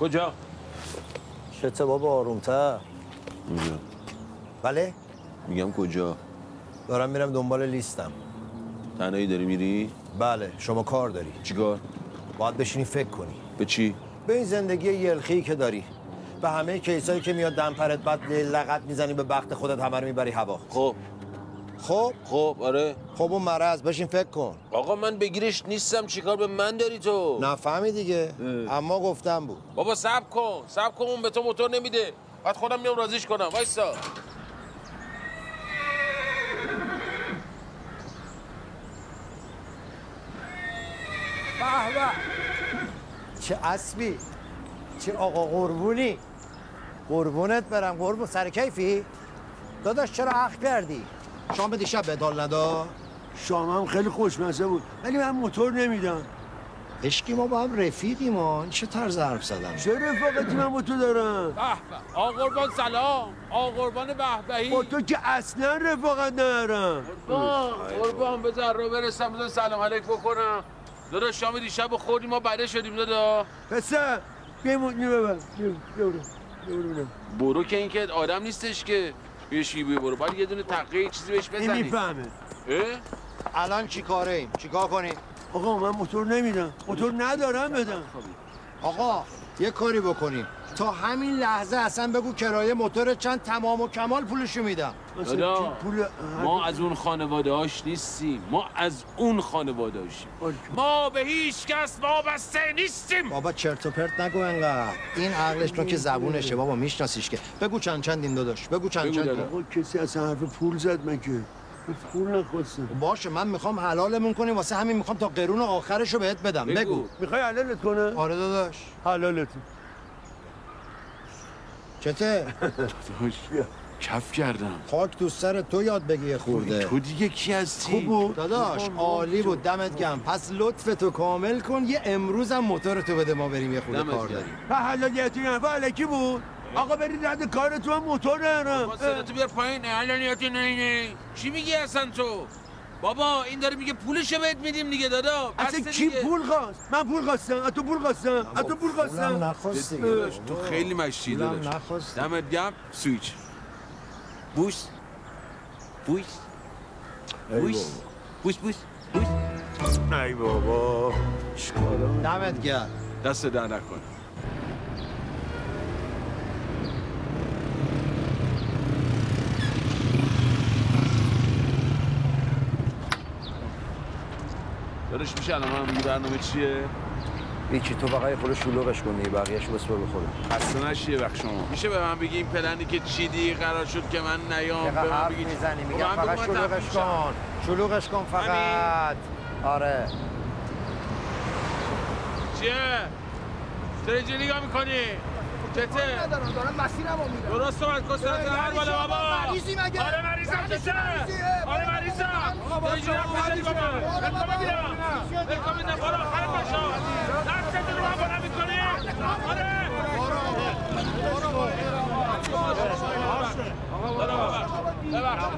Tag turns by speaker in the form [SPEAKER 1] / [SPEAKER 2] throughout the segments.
[SPEAKER 1] کجا؟
[SPEAKER 2] شته بابا آرومتر
[SPEAKER 1] اینجا
[SPEAKER 2] بله
[SPEAKER 1] میگم کجا؟
[SPEAKER 2] دارم میرم دنبال لیستم
[SPEAKER 1] تنهایی داری میری؟
[SPEAKER 2] بله شما کار داری
[SPEAKER 1] چیکار؟
[SPEAKER 2] باید بشینی فکر کنی
[SPEAKER 1] به چی؟
[SPEAKER 2] به این زندگی یلخی که داری به همه کیسایی که میاد دمپرت بعد لغت میزنی به بخت خودت همه رو میبری هوا
[SPEAKER 1] خب
[SPEAKER 2] خب
[SPEAKER 1] خب آره
[SPEAKER 2] خب اون مرض بشین فکر کن
[SPEAKER 1] آقا من بگیرش نیستم چیکار به من داری تو؟
[SPEAKER 2] نفهمی دیگه اما گفتم بود
[SPEAKER 1] بابا سب کن سب کن اون به تو موتور نمیده بعد خودم میام راضیش کنم وایسا
[SPEAKER 2] چه اسبی چه آقا قربونی قربونت برم قربون سر کیفی داداش چرا اخ کردی شام دیشب به دال ندا
[SPEAKER 3] شامم خیلی خوشمزه بود ولی من موتور نمیدم
[SPEAKER 2] عشقی ما با هم رفیقی ما این چه طرز حرف زدن
[SPEAKER 3] چه رفاقتی من با تو دارم
[SPEAKER 4] به آ قربان سلام آ قربان بهبهی
[SPEAKER 3] با تو که اصلا رفاقت ندارم
[SPEAKER 4] قربان قربان بذار رو برسم بذار سلام علیک بکنم دادا شام دیشب رو خوردیم ما بره شدیم دادا
[SPEAKER 3] پسر بیا مدنی ببر بیا بیا بیا. بیا بیا.
[SPEAKER 4] برو که اینکه آدم نیستش که یه شیبه برو باید یه دونه تقیه یه چیزی بهش
[SPEAKER 3] این
[SPEAKER 4] بزنی
[SPEAKER 3] میفهمه
[SPEAKER 4] اه؟
[SPEAKER 2] الان چی کاره ایم چی کار کنیم
[SPEAKER 3] آقا من موتور نمیدم موتور ندارم بدم
[SPEAKER 2] آقا یه کاری بکنیم تا همین لحظه اصلا بگو کرایه موتور چند تمام و کمال پولشو میدم
[SPEAKER 3] مثلا
[SPEAKER 4] دادا،
[SPEAKER 3] چی پول
[SPEAKER 4] ما از اون خانواده هاش نیستیم ما از اون خانواده هاشیم
[SPEAKER 1] آره.
[SPEAKER 4] ما به هیچ کس وابسته نیستیم
[SPEAKER 2] بابا چرت و پرت نگو انقدر این عقلش نوک که زبونشه بابا میشناسیش که بگو چند چند این داداش بگو چند
[SPEAKER 4] بگو
[SPEAKER 2] چند
[SPEAKER 4] دادا.
[SPEAKER 3] آقا کسی اصلا حرف پول زد مگه من پول نخواستم
[SPEAKER 2] خب باشه من میخوام حلالمون کنی واسه همین میخوام تا قرون آخرش رو بهت بدم بگو,
[SPEAKER 4] بگو.
[SPEAKER 3] میخوای حلالت کنم
[SPEAKER 2] آره داداش
[SPEAKER 3] حلالت
[SPEAKER 2] چته
[SPEAKER 4] داداش، کف کردم
[SPEAKER 2] خاک تو سر تو یاد بگی یه خورده
[SPEAKER 4] تو دیگه کی هستی؟
[SPEAKER 3] خوب بود
[SPEAKER 2] داداش عالی بود دمت گم پس لطف تو کامل کن یه امروزم موتور تو بده ما بریم یه خورده
[SPEAKER 4] دمت
[SPEAKER 2] کار
[SPEAKER 4] گرم.
[SPEAKER 2] داریم
[SPEAKER 3] و حلالیتی نه و علکی بود آقا برید رد کارتون من موتور ندارم
[SPEAKER 4] با صدا تو بیار پایین علنیاتی نه اینه چی میگی اصلا تو بابا این داره میگه پولشو بهت میدیم دیگه دادا
[SPEAKER 3] اصلا
[SPEAKER 4] بسه
[SPEAKER 3] کی
[SPEAKER 4] دیگه.
[SPEAKER 3] پول خواست من پول خواستم از تو پول خواستم از تو پول
[SPEAKER 2] پولم
[SPEAKER 3] خواستم
[SPEAKER 2] نخواستی
[SPEAKER 4] داداش، تو خیلی مشتی
[SPEAKER 2] پولم
[SPEAKER 4] داداش
[SPEAKER 2] نخواستی
[SPEAKER 4] دمت گم سویچ بوس بوس بوس بوس بوس بوس
[SPEAKER 3] ای بابا چیکارا
[SPEAKER 2] دمت گرم
[SPEAKER 4] دست در نکن خودش میشه الان من میگی برنامه چیه
[SPEAKER 5] هیچی تو بقیه خودش شلوغش کنی بقیهش بسپر به خودم
[SPEAKER 4] خسته نشیه وقت شما میشه به من بگی این پلنی که چیدی قرار شد که من نیام
[SPEAKER 2] دقیقا
[SPEAKER 4] به من
[SPEAKER 2] حرف
[SPEAKER 4] بگی چی-
[SPEAKER 2] میزنی
[SPEAKER 4] خب
[SPEAKER 2] میگم
[SPEAKER 4] من بگو
[SPEAKER 2] فقط
[SPEAKER 4] من
[SPEAKER 2] شلوغش
[SPEAKER 4] تبدیل شم.
[SPEAKER 2] کن شلوغش کن فقط آره
[SPEAKER 4] چیه؟ چرا اینجوری نگاه میکنی؟ چته؟
[SPEAKER 6] ندارم دارم مسیرمو میرم
[SPEAKER 4] درست صحبت کن سرت هر بالا بابا
[SPEAKER 6] مریضی مگه؟
[SPEAKER 4] آره مریضم
[SPEAKER 6] مریضی،
[SPEAKER 4] چشه؟
[SPEAKER 6] مریضیه.
[SPEAKER 4] آره مریضم
[SPEAKER 6] بابا،
[SPEAKER 4] چرا اینجوری حرف
[SPEAKER 6] بابا،
[SPEAKER 4] میزنی با من؟
[SPEAKER 6] بابا،
[SPEAKER 4] ولکام
[SPEAKER 6] بابا،
[SPEAKER 4] میدم.
[SPEAKER 6] بابا.
[SPEAKER 4] ولکام میدم. برو، خراب باشو. دستت رو من بلند می‌کنی؟ آره. آقا، برو، بابا. ببخش.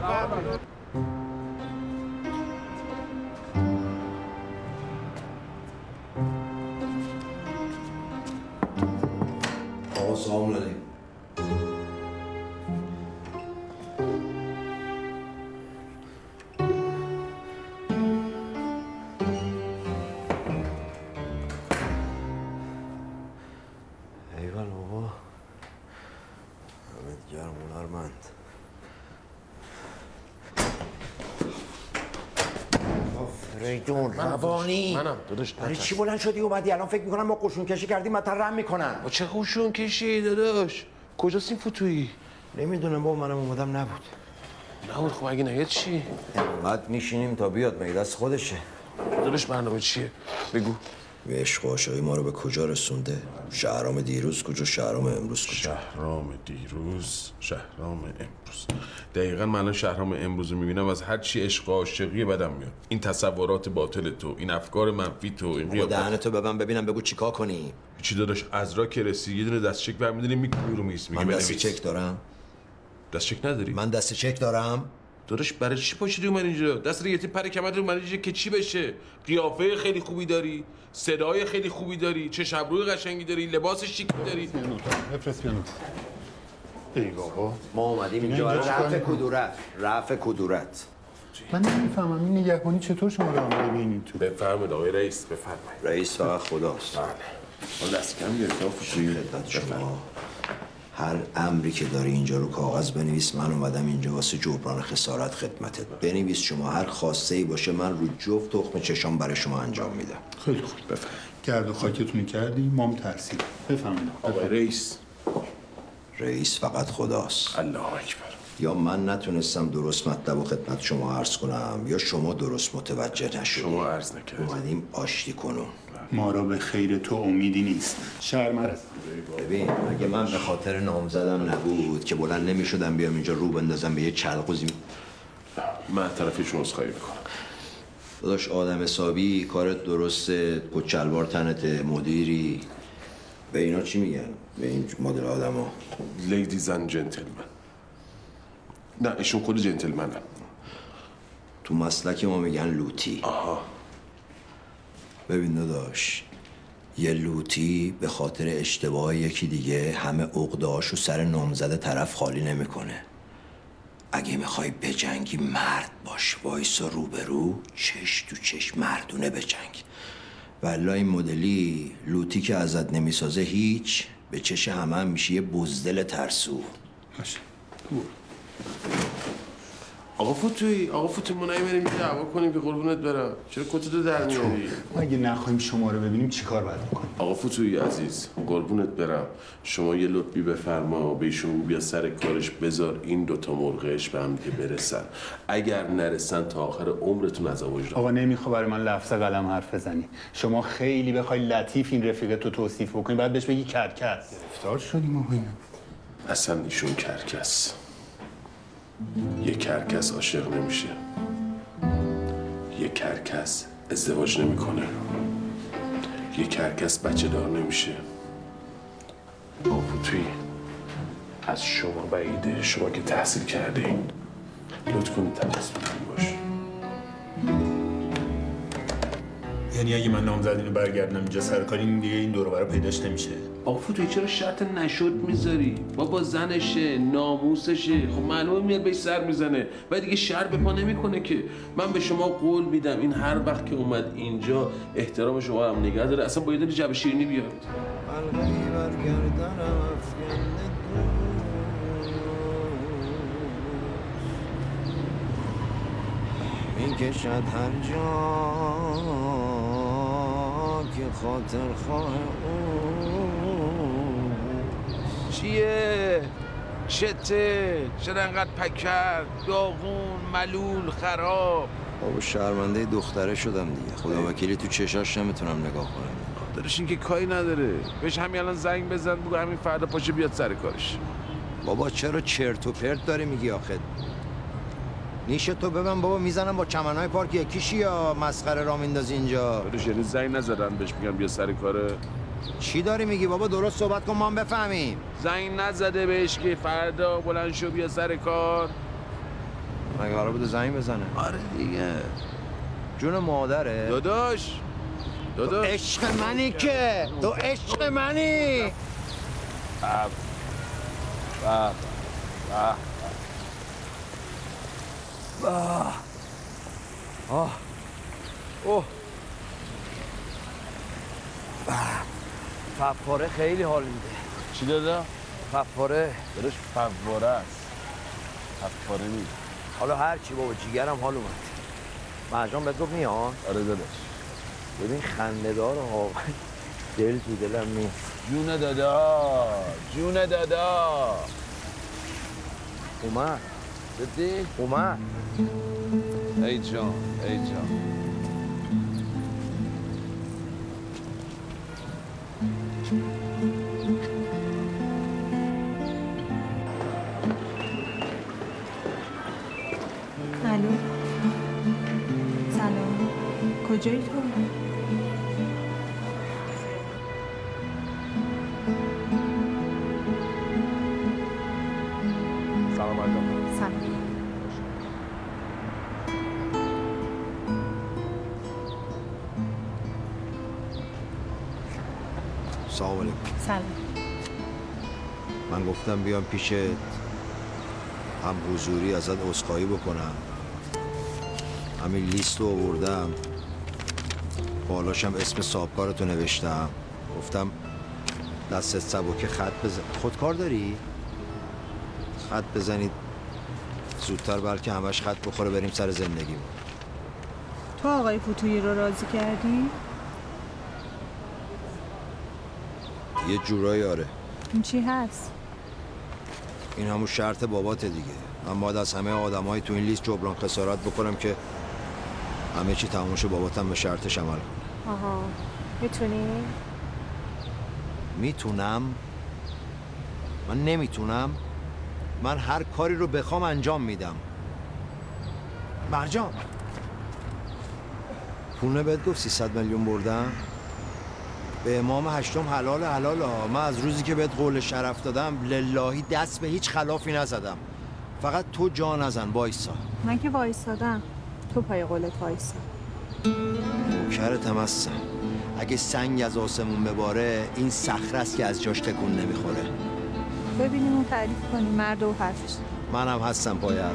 [SPEAKER 4] ببخش.
[SPEAKER 7] آقا سلام علیکم
[SPEAKER 5] ایول بابا همه گرم هنرمند
[SPEAKER 2] فریدون روانی
[SPEAKER 1] منم داداش
[SPEAKER 2] برای چی بلند شدی اومدی الان فکر میکنم ما قشون کشی کردیم متن رم میکنن
[SPEAKER 1] چه خوشون کشی داداش کجاست این فتویی
[SPEAKER 5] نمیدونم بابا منم اومدم نبود
[SPEAKER 1] نبود خب اگه نیاد چی
[SPEAKER 5] انقدر میشینیم تا بیاد مگه دست خودشه
[SPEAKER 1] داداش برنامه چیه بگو
[SPEAKER 5] به عشق و عاشقی ما رو به کجا رسونده شهرام دیروز کجا شهرام امروز کجا
[SPEAKER 1] شهرام دیروز شهرام امروز دقیقا من الان شهرام امروز رو میبینم از هر چی عشق و عاشقی بدم میاد این تصورات باطل تو این افکار منفی تو این
[SPEAKER 5] بابا
[SPEAKER 1] قیافه
[SPEAKER 5] دهنتو به من ببینم بگو چیکار کنی
[SPEAKER 1] چی داداش از را که رسی یه دونه دست چک برمیداری میکنی رو میز میگه
[SPEAKER 5] من دست
[SPEAKER 1] بنویس
[SPEAKER 5] چک دارم
[SPEAKER 1] دست چک نداری
[SPEAKER 5] من دست چک دارم
[SPEAKER 1] داداش برای چی پاشیدی اومد اینجا دست رو یتی پر کمر اومد اینجا که چی بشه قیافه خیلی خوبی داری صدای خیلی خوبی داری چه روی قشنگی داری لباس شیک داری
[SPEAKER 8] بفرست بیانم ای بابا
[SPEAKER 5] ما اومدیم اینجا برای رفع کدورت رفع کدورت
[SPEAKER 8] من نمیفهمم این نگهبانی چطور شما رو آمده بینید تو
[SPEAKER 1] بفرمایید آقای رئیس بفرمایید بله.
[SPEAKER 5] رئیس فقط خداست
[SPEAKER 7] حالا دست کم گرفته
[SPEAKER 5] توی خدمت شما هر امری که داری اینجا رو کاغذ بنویس من اومدم اینجا واسه جبران خسارت خدمتت بنویس شما هر خواسته ای باشه من رو جفت تخم چشام برای شما انجام میدم
[SPEAKER 8] خیلی خوب بفهم گرد و خاکتون کردی مام ترسید بفهمید
[SPEAKER 1] آقای رئیس
[SPEAKER 5] رئیس فقط خداست
[SPEAKER 1] الله اکبر
[SPEAKER 5] یا من نتونستم درست مطلب و خدمت شما عرض کنم یا شما درست متوجه نشدید
[SPEAKER 1] شما عرض نکردید بله.
[SPEAKER 5] اومدیم آشتی کنون
[SPEAKER 8] ما را به خیر تو امیدی نیست شرمرز
[SPEAKER 5] ببین اگه من به خاطر نامزدم نبود که بلند نمیشدم بیام اینجا رو بندازم به یه چلقوزی
[SPEAKER 1] من از طرف شما عذرخواهی میکنم
[SPEAKER 5] داداش آدم حسابی کارت درسته کچلوار تنت مدیری به اینا چی میگن؟ به این مدل آدم ها
[SPEAKER 1] لیدیز اند جنتلمن نه ایشون خود جنتلمنن
[SPEAKER 5] تو مسلک ما میگن لوتی ببین داداش یه لوتی به خاطر اشتباه یکی دیگه همه عقده‌هاشو سر نامزد طرف خالی نمیکنه اگه میخوای بجنگی مرد باش وایسا روبرو چش تو چش مردونه بجنگ والا این مدلی لوتی که ازت نمیسازه هیچ به چش همه هم میشه یه بزدل ترسو
[SPEAKER 8] باشه برو.
[SPEAKER 1] آقا فتوی آقا فتوی ما نمیریم دعوا کنیم که قربونت برم چرا کتتو در میاری
[SPEAKER 8] ما اگه نخواهیم شما رو ببینیم چیکار باید بکنیم
[SPEAKER 1] آقا فتوی عزیز قربونت برم شما یه لطفی بفرما به ایشون بگو بیا سر کارش بذار این دوتا مرغش به هم دیگه برسن اگر نرسن تا آخر عمرتون از وجدان
[SPEAKER 8] آقا نمیخوا برای من لفظ قلم حرف بزنی شما خیلی بخوای لطیف این رفیقت رو توصیف بکنی بعد بهش بگی کرکس افتار شدیم آقا
[SPEAKER 1] اصلا ایشون کرکس یه کرکس عاشق نمیشه یه کرکس ازدواج نمیکنه یه کرکس بچه دار نمیشه آقا فتوی از شما بعیده شما که تحصیل کرده این لطف کنید تماس بگیرید باش
[SPEAKER 8] یعنی اگه من نامزد اینو برگردم اینجا سر کار این دیگه این دور و بر پیداش نمیشه
[SPEAKER 4] آقا فوتوی چرا شرط نشد میذاری بابا زنشه ناموسشه خب معلومه میاد بهش سر میزنه و دیگه شر به پا نمیکنه که من به شما قول میدم این هر وقت که اومد اینجا احترام شما رو هم نگه داره اصلا باید دل جب شیرینی بیاد
[SPEAKER 5] این کشد هر جا که خاطر خواه او
[SPEAKER 4] چیه؟ چته؟ چرا انقدر پکر؟ داغون، ملول، خراب
[SPEAKER 5] بابا شرمنده دختره شدم دیگه خدا وکیلی تو چشاش نمیتونم نگاه کنم
[SPEAKER 4] دارش این که کاری نداره بهش همین الان زنگ بزن بگو همین فردا پاشه بیاد سر کارش
[SPEAKER 5] بابا چرا چرت و پرت داری میگی آخه نیش تو ببن بابا میزنم با چمنهای پارک یکیشی یا مسخره را میندازی اینجا
[SPEAKER 4] دارش یعنی زنگ نزدن بهش میگم بیا سر کاره
[SPEAKER 5] چی داری میگی بابا درست صحبت کن ما هم بفهمیم
[SPEAKER 4] زنگ نزده بهش که فردا بلند شو بیا سر کار
[SPEAKER 5] مگه قرار بوده زنگ بزنه
[SPEAKER 4] آره دیگه
[SPEAKER 5] جون مادره
[SPEAKER 4] داداش
[SPEAKER 5] تو
[SPEAKER 4] داداش
[SPEAKER 5] عشق منی که تو عشق منی
[SPEAKER 2] فواره خیلی حال میده
[SPEAKER 4] چی دادا؟
[SPEAKER 2] فواره
[SPEAKER 4] داداش فواره است فواره نیست
[SPEAKER 2] حالا هر چی بابا جیگرم حال اومد مرجان بهت گفت میان
[SPEAKER 4] آره داداش
[SPEAKER 2] ببین خنده دار آقای دل تو دلم نیست
[SPEAKER 4] جون دادا جون دادا
[SPEAKER 2] اومد
[SPEAKER 4] جدی؟
[SPEAKER 2] اومد
[SPEAKER 4] ای جان ای جان
[SPEAKER 9] الو سلام کجایی تو؟ سلام علیکم
[SPEAKER 5] سلام علیکم.
[SPEAKER 9] سلام
[SPEAKER 5] من گفتم بیام پیشت هم حضوری ازت عذرخواهی بکنم همین لیست رو آوردم بالاشم اسم صاحبکارتو نوشتم گفتم دستت سبکه خط بزن خودکار داری؟ خط بزنید زودتر بلکه همش خط بخوره بریم سر زندگی
[SPEAKER 9] تو آقای فوتویی رو راضی کردی؟
[SPEAKER 5] یه جورایی آره
[SPEAKER 9] این چی هست؟
[SPEAKER 5] این همون شرط بابات دیگه من باید از همه آدمای تو این لیست جبران خسارت بکنم که همه چی تموم شه باباتم به شرطش عمل کنه.
[SPEAKER 9] آها میتونی؟
[SPEAKER 5] میتونم من نمیتونم من هر کاری رو بخوام انجام میدم مرجان پونه بهت گفت 300 میلیون بردم به امام هشتم حلال حلالا من از روزی که بهت قول شرف دادم للهی دست به هیچ خلافی نزدم فقط تو جا نزن وایسا
[SPEAKER 9] من که وایستادم تو پای قولت وایسا
[SPEAKER 5] نوکرتم هستم اگه سنگ از آسمون بباره این صخره است که از جاش تکون نمیخوره
[SPEAKER 9] ببینیم اون تعریف کنیم مرد و حرفش
[SPEAKER 5] منم هستم باید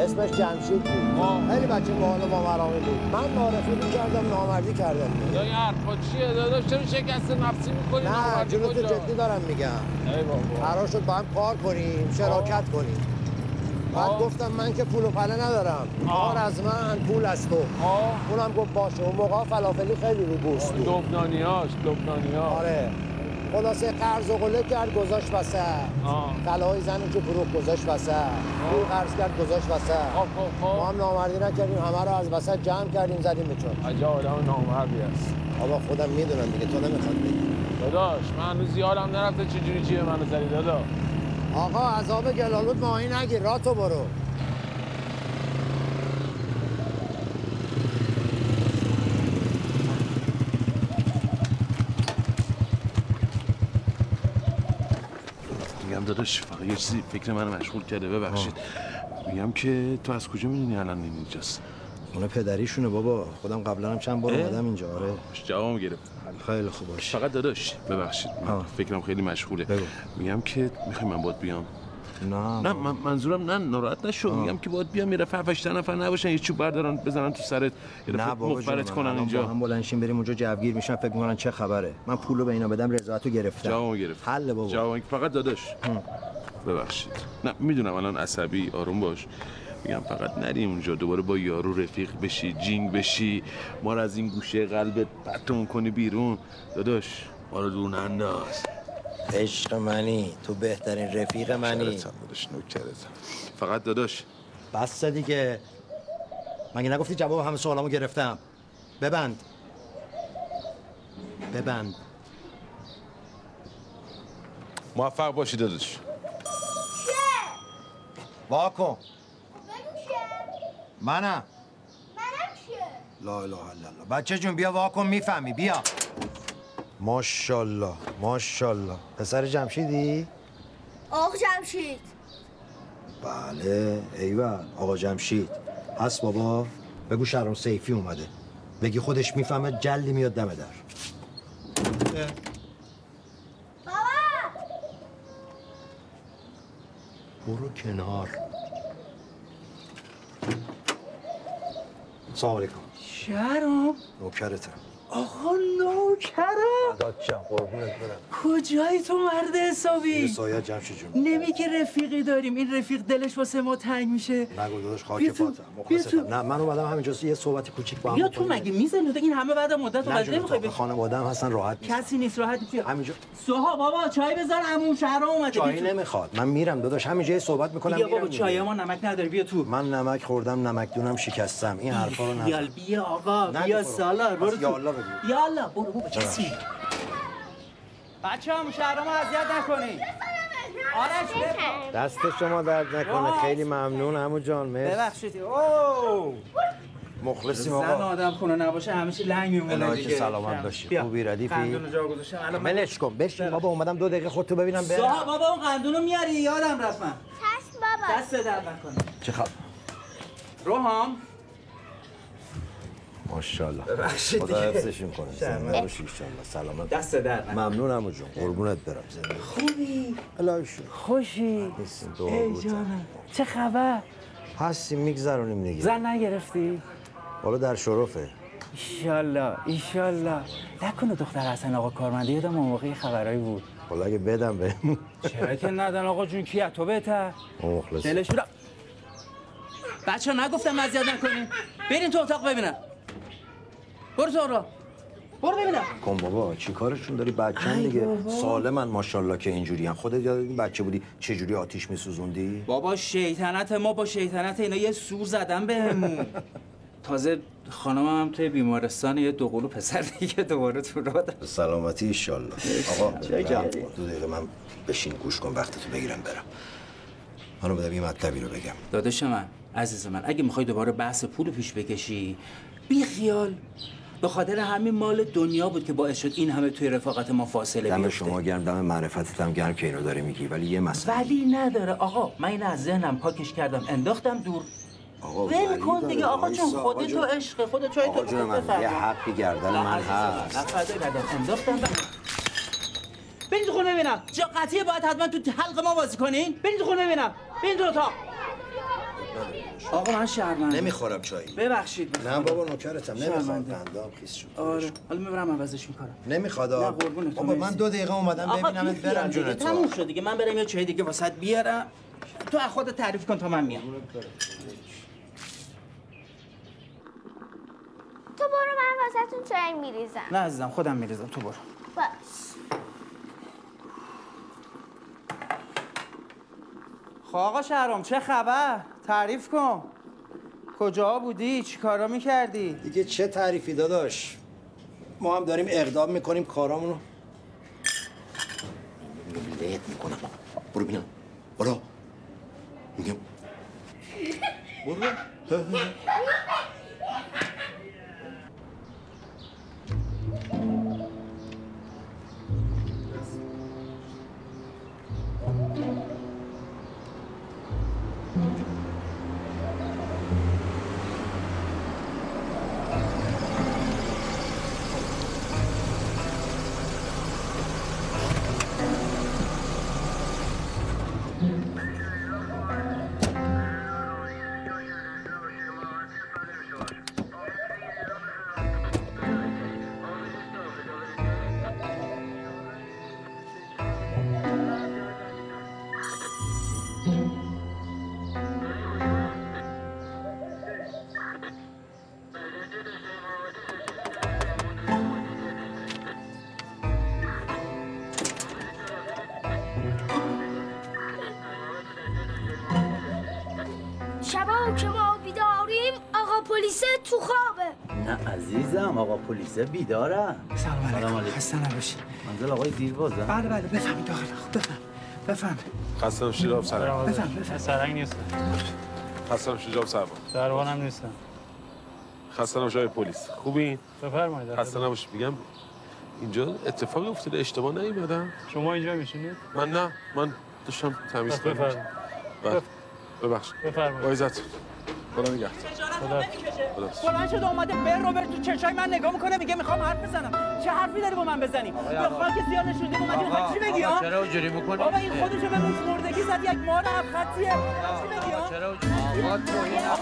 [SPEAKER 2] اسمش جمشید بود خب، خیلی بچه باحال و باورانه بود من معرفی میکردم نامردی کردم
[SPEAKER 4] دایی حرفا چیه داداش چرا شکست نفسی میکنی
[SPEAKER 2] نه جلو تو جدی دارم میگم
[SPEAKER 4] ای بابا
[SPEAKER 2] قرار شد با هم کار کنیم شراکت کنیم بعد
[SPEAKER 4] آه.
[SPEAKER 2] گفتم من که پول و پله ندارم
[SPEAKER 4] آه.
[SPEAKER 2] کار از من پول از تو
[SPEAKER 4] آه
[SPEAKER 2] اونم گفت باشه اون موقع فلافلی خیلی رو بورس بود
[SPEAKER 4] لبنانیاش لبنانیاش
[SPEAKER 2] آره خلاصه قرض و قله کرد گذاشت وسط
[SPEAKER 4] آه
[SPEAKER 2] طلاهای زنی که فروخت گذاشت وسط پول قرض کرد گذاشت وسط
[SPEAKER 4] خب خب
[SPEAKER 2] ما
[SPEAKER 4] خب
[SPEAKER 2] هم نامردی نکردیم همه رو از وسط جمع کردیم زدیم به چون
[SPEAKER 4] عجب آدم نامردی است
[SPEAKER 2] آقا خودم میدونم دیگه تو نمیخواد بگی
[SPEAKER 4] داداش من هنوز یادم نرفته چجوری چیه منو زدی دادا
[SPEAKER 2] آقا عذاب گلالود ماهی نگیر راه تو برو
[SPEAKER 1] میگم داداش فقط یه چیزی فکر منو مشغول کرده ببخشید میگم که تو از کجا میدونی الان این اینجاست
[SPEAKER 5] اونا پدریشونه بابا خودم قبلا هم چند بار
[SPEAKER 1] اه؟
[SPEAKER 5] اومدم اینجا آره
[SPEAKER 1] باش، جواب گرفت
[SPEAKER 5] خیلی خوب باشه
[SPEAKER 1] فقط داداش ببخشید من
[SPEAKER 5] آه.
[SPEAKER 1] فکرم خیلی مشغوله
[SPEAKER 5] بگو.
[SPEAKER 1] میگم که میخوای من باد بیام
[SPEAKER 10] نه
[SPEAKER 4] نه من منظورم نه ناراحت نشو میگم که باید بیا میره هفتش نفر نباشن یه چوب بردارن بزنن تو سرت یه
[SPEAKER 10] نه
[SPEAKER 4] دفعه
[SPEAKER 10] بابا جون،
[SPEAKER 4] مخبرت
[SPEAKER 10] من
[SPEAKER 4] کنن
[SPEAKER 10] الان با
[SPEAKER 4] اینجا
[SPEAKER 10] هم بلنشین بریم اونجا جوگیر میشن فکر میکنن چه خبره من پولو به اینا بدم رضایتو گرفتم
[SPEAKER 4] جواب گرفت
[SPEAKER 10] حل بابا
[SPEAKER 4] جواب فقط داداش ببخشید نه میدونم الان عصبی آروم باش میگم فقط نری اونجا دوباره با یارو رفیق بشی جینگ بشی ما رو از این گوشه قلبت پرتون کنی بیرون داداش ما رو دور ننداز
[SPEAKER 10] عشق منی تو بهترین رفیق منی
[SPEAKER 4] نوکرتم داداش نوکرتم فقط داداش
[SPEAKER 10] بس دیگه
[SPEAKER 5] مگه نگفتی جواب همه سوالامو گرفتم ببند ببند
[SPEAKER 11] موفق باشی داداش
[SPEAKER 5] واکن منم منم چیه لا اله الا الله بچه جون بیا واکن میفهمی بیا ماشاءالله ماشاءالله پسر جمشیدی؟
[SPEAKER 12] آخ جمشید
[SPEAKER 5] بله ایول آقا جمشید هست بابا بگو شهرام سیفی اومده بگی خودش میفهمه جلی میاد دم در برو کنار سلام علیکم
[SPEAKER 13] شهرام
[SPEAKER 5] نوکرتم
[SPEAKER 13] آقا نوکرم
[SPEAKER 5] عداد جم قربونت برم
[SPEAKER 13] کجایی تو مرد
[SPEAKER 5] زیر
[SPEAKER 13] حسابی
[SPEAKER 5] سایه جمشید جون
[SPEAKER 13] نمی که رفیقی داریم این رفیق دلش واسه ما تنگ میشه
[SPEAKER 5] نگو داداش
[SPEAKER 13] بیا
[SPEAKER 5] خاک
[SPEAKER 13] تو،
[SPEAKER 5] پاتم
[SPEAKER 13] بیا تو.
[SPEAKER 5] مخلصتم نه من اومدم همینجا یه صحبت کوچیک با هم
[SPEAKER 13] یا تو
[SPEAKER 5] بکنیم.
[SPEAKER 13] مگه میزنی تو این همه بعد از مدت
[SPEAKER 5] نه
[SPEAKER 13] اومد
[SPEAKER 5] جون خب.
[SPEAKER 13] نمیخوای
[SPEAKER 5] تو
[SPEAKER 13] بگی
[SPEAKER 5] خانواده هم هستن راحت نیست
[SPEAKER 13] کسی نیست راحت بیا
[SPEAKER 5] همینجا
[SPEAKER 13] سوها بابا چای بذار عمو شهرام اومده
[SPEAKER 5] چای
[SPEAKER 13] بیا تو.
[SPEAKER 5] نمیخواد من میرم داداش همینجا یه صحبت میکنم
[SPEAKER 13] بیا
[SPEAKER 5] میرم
[SPEAKER 13] بابا
[SPEAKER 5] دیگه.
[SPEAKER 13] چای ما نمک نداره بیا تو
[SPEAKER 5] من نمک خوردم نمک دونم شکستم این حرفا رو
[SPEAKER 13] بیال
[SPEAKER 5] نزن
[SPEAKER 13] بیا آقا
[SPEAKER 5] نه،
[SPEAKER 13] بیا
[SPEAKER 5] برو.
[SPEAKER 13] سالار
[SPEAKER 5] بس
[SPEAKER 13] برو تو.
[SPEAKER 5] یالا بگو.
[SPEAKER 13] یالا برو بابا کسی
[SPEAKER 14] بچه هم شهرام اذیت نکنی
[SPEAKER 13] آرش بپا.
[SPEAKER 5] دست شما درد نکنه خیلی ممنون عمو جان مرسی
[SPEAKER 13] ببخشید اوه
[SPEAKER 5] مخلصیم
[SPEAKER 13] زن
[SPEAKER 5] آقا
[SPEAKER 13] آدم خونه نباشه همیشه لنگ میمونه
[SPEAKER 5] الهی که
[SPEAKER 13] دیگه
[SPEAKER 5] سلامت باشی
[SPEAKER 13] بیا.
[SPEAKER 5] خوبی ردیفی خب،
[SPEAKER 13] قندون جا گذاشتم الان من
[SPEAKER 5] ولش کن بشین بابا اومدم دو دقیقه خودتو ببینم
[SPEAKER 13] ساها
[SPEAKER 5] برم
[SPEAKER 13] بابا اون قندونو میاری یادم رفت من
[SPEAKER 12] چشم بابا
[SPEAKER 13] دست در نکنه
[SPEAKER 5] چه خب
[SPEAKER 13] روحام
[SPEAKER 5] ماشاءالله
[SPEAKER 13] ببخشید
[SPEAKER 5] خدا
[SPEAKER 13] دیگه.
[SPEAKER 5] حفظشون کنه زنده باشی انشالله سلامت
[SPEAKER 13] دست در نکنه
[SPEAKER 5] ممنون عمو جون قربونت برم زنده
[SPEAKER 13] خوبی
[SPEAKER 5] الهی شکر.
[SPEAKER 13] خوشی
[SPEAKER 5] نیستیم، دعا
[SPEAKER 13] ای
[SPEAKER 5] بود.
[SPEAKER 13] جانم چه خبر
[SPEAKER 5] هستیم میگذرونیم دیگه
[SPEAKER 13] زن نگرفتی
[SPEAKER 5] حالا در شرفه
[SPEAKER 13] ایشالله ایشالله نکنه دختر حسن آقا کارمنده یادم اون موقع خبرایی بود
[SPEAKER 5] حالا خب اگه بدم به
[SPEAKER 13] چرا که ندن آقا جون کی از تو بهتر
[SPEAKER 5] مخلص
[SPEAKER 13] دلش را بچه ها نگفتم اذیت نکنین برین تو اتاق ببینم برو تو را برو ببینم
[SPEAKER 5] کن بابا چی کارشون داری بچه‌ن دیگه سالمن ماشاءالله که اینجوریان خودت یاد این بچه بودی چه جوری آتیش میسوزوندی
[SPEAKER 13] بابا شیطنت ما با شیطنت اینا یه سور زدن بهمون تازه خانمم هم توی بیمارستان یه دو قلو پسر دیگه دوباره تو را
[SPEAKER 5] به سلامتی ایشالله آقا برم. دو دقیقه من بشین گوش کن وقت تو بگیرم برم منو بدم یه مطلبی رو بگم
[SPEAKER 13] داداش من عزیز من اگه میخوای دوباره بحث پول رو پیش بکشی بی خیال به خاطر همین مال دنیا بود که باعث شد این همه توی رفاقت ما فاصله
[SPEAKER 10] دم
[SPEAKER 13] بیفته
[SPEAKER 10] شما گرم دم معرفتت هم گرم که اینو داره میگی ولی یه مسئله
[SPEAKER 13] ولی نداره آقا من این از ذهنم پاکش کردم انداختم دور
[SPEAKER 10] آقا
[SPEAKER 13] ول
[SPEAKER 10] ولی
[SPEAKER 13] کن
[SPEAKER 10] داره.
[SPEAKER 13] دیگه آقا جون
[SPEAKER 10] وایسا، آقا
[SPEAKER 13] خودت تو
[SPEAKER 10] جون.
[SPEAKER 13] عشق خودت چای تو
[SPEAKER 10] آقا جون
[SPEAKER 13] خودت
[SPEAKER 10] من یه
[SPEAKER 13] بفرما.
[SPEAKER 10] حقی گردن
[SPEAKER 13] نه،
[SPEAKER 10] من
[SPEAKER 13] عزیز
[SPEAKER 10] هست
[SPEAKER 13] نه، فدای بدن. انداختم برید تو خونه ببینم جا قطعی باید حتما تو حلق ما بازی کنین برید تو خونه ببینم برید تو اتاق آقا من شرمنده
[SPEAKER 5] نمیخورم چایی
[SPEAKER 13] ببخشید
[SPEAKER 5] نه بابا نوکرتم نمیخوام
[SPEAKER 13] شرمنده.
[SPEAKER 5] دندام خیس شد
[SPEAKER 13] آره حالا میبرم عوضش میکنم
[SPEAKER 5] نمیخواد
[SPEAKER 13] نه،
[SPEAKER 5] آ.
[SPEAKER 13] قربونت،
[SPEAKER 5] بابا من
[SPEAKER 13] مرسی.
[SPEAKER 5] دو دقیقه اومدم
[SPEAKER 13] آقا
[SPEAKER 5] ببینم
[SPEAKER 13] بی خیال
[SPEAKER 5] برم
[SPEAKER 13] دیگه،
[SPEAKER 5] جون تو
[SPEAKER 13] تموم شد دیگه من برم یه چای دیگه واسط بیارم تو از خودت تعریف کن تا من میام
[SPEAKER 12] تو برو من واسهتون چای میریزم
[SPEAKER 13] نه عزیزم خودم میریزم تو برو
[SPEAKER 12] باش
[SPEAKER 13] خب آقا شهرام چه خبر تعریف کن کجا بودی چیکارا میکردی
[SPEAKER 5] دیگه چه تعریفی داداش ما هم داریم اقدام میکنیم کارامونو
[SPEAKER 10] ولت میکنم برو بینم برو میگم
[SPEAKER 15] شبا که ما بیداریم آقا پلیس تو خوابه
[SPEAKER 16] نه عزیزم آقا پلیس بیدارم سلام علیکم خسته نباشید منزل آقای دیلبازم بله بله بفهمید آقا
[SPEAKER 13] خب،
[SPEAKER 16] خوب بفهم بفهم
[SPEAKER 7] خسته نباشی جناب سرباز
[SPEAKER 16] بفهم بفهم
[SPEAKER 17] سرنگ نیست
[SPEAKER 7] خسته نباشی جناب سرباز
[SPEAKER 17] دربانم نیستم
[SPEAKER 7] خسته نباشی آقای پلیس خوبی
[SPEAKER 17] بفرمایید
[SPEAKER 7] خسته نباشی میگم اینجا اتفاقی افتاده اشتباه نیومدم
[SPEAKER 17] شما اینجا میشینید
[SPEAKER 7] من نه من داشتم تمیز
[SPEAKER 17] بس
[SPEAKER 7] کنم
[SPEAKER 17] بفرمایید.
[SPEAKER 7] بله. ببخشید
[SPEAKER 17] بفرمایید.
[SPEAKER 7] وایزت خدا نگهدار خدا.
[SPEAKER 13] بلند شده اومده بر رو بر تو چشای من نگاه میکنه میگه میخوام حرف بزنم چه حرفی داری با من بزنی به
[SPEAKER 16] آقا.
[SPEAKER 13] خاک سیاه نشوندی اومدی میخوای چی بگی ها
[SPEAKER 16] چرا اونجوری میکنی
[SPEAKER 13] بابا این خودشو به موش مردگی زد یک مار هفت خطیه چی بگی ها
[SPEAKER 16] آقا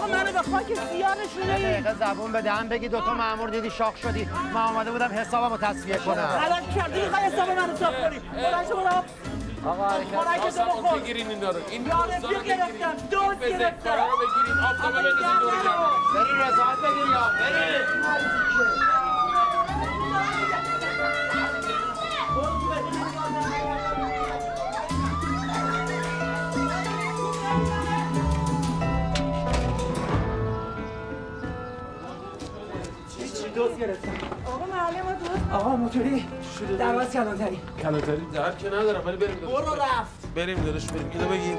[SPEAKER 13] آقا منو به خاک سیاه نشوندی
[SPEAKER 2] دقیقه زبون به دهن بگی دوتا مامور دیدی شاخ شدی من آمده بودم حسابم رو تصفیه کنم
[SPEAKER 13] الان کردی میخوای حساب منو صاف کنی
[SPEAKER 4] Euh,
[SPEAKER 13] بلند شو برو آقا
[SPEAKER 4] آقا، سامان،
[SPEAKER 13] خب.
[SPEAKER 4] بگیرین این دارو این دوزا رو بگیرین دوز گرفتن بگیرین آفتابه بندازین دور جمع
[SPEAKER 2] بری رضایت بگیر یا
[SPEAKER 13] چی دوز گرفتن آقا معلم دوز آقا موتوری درواز کلانتری
[SPEAKER 4] کلاتری در که ندارم ولی بریم داداش.
[SPEAKER 13] برو رفت
[SPEAKER 4] بریم داداش بریم اینو بگیر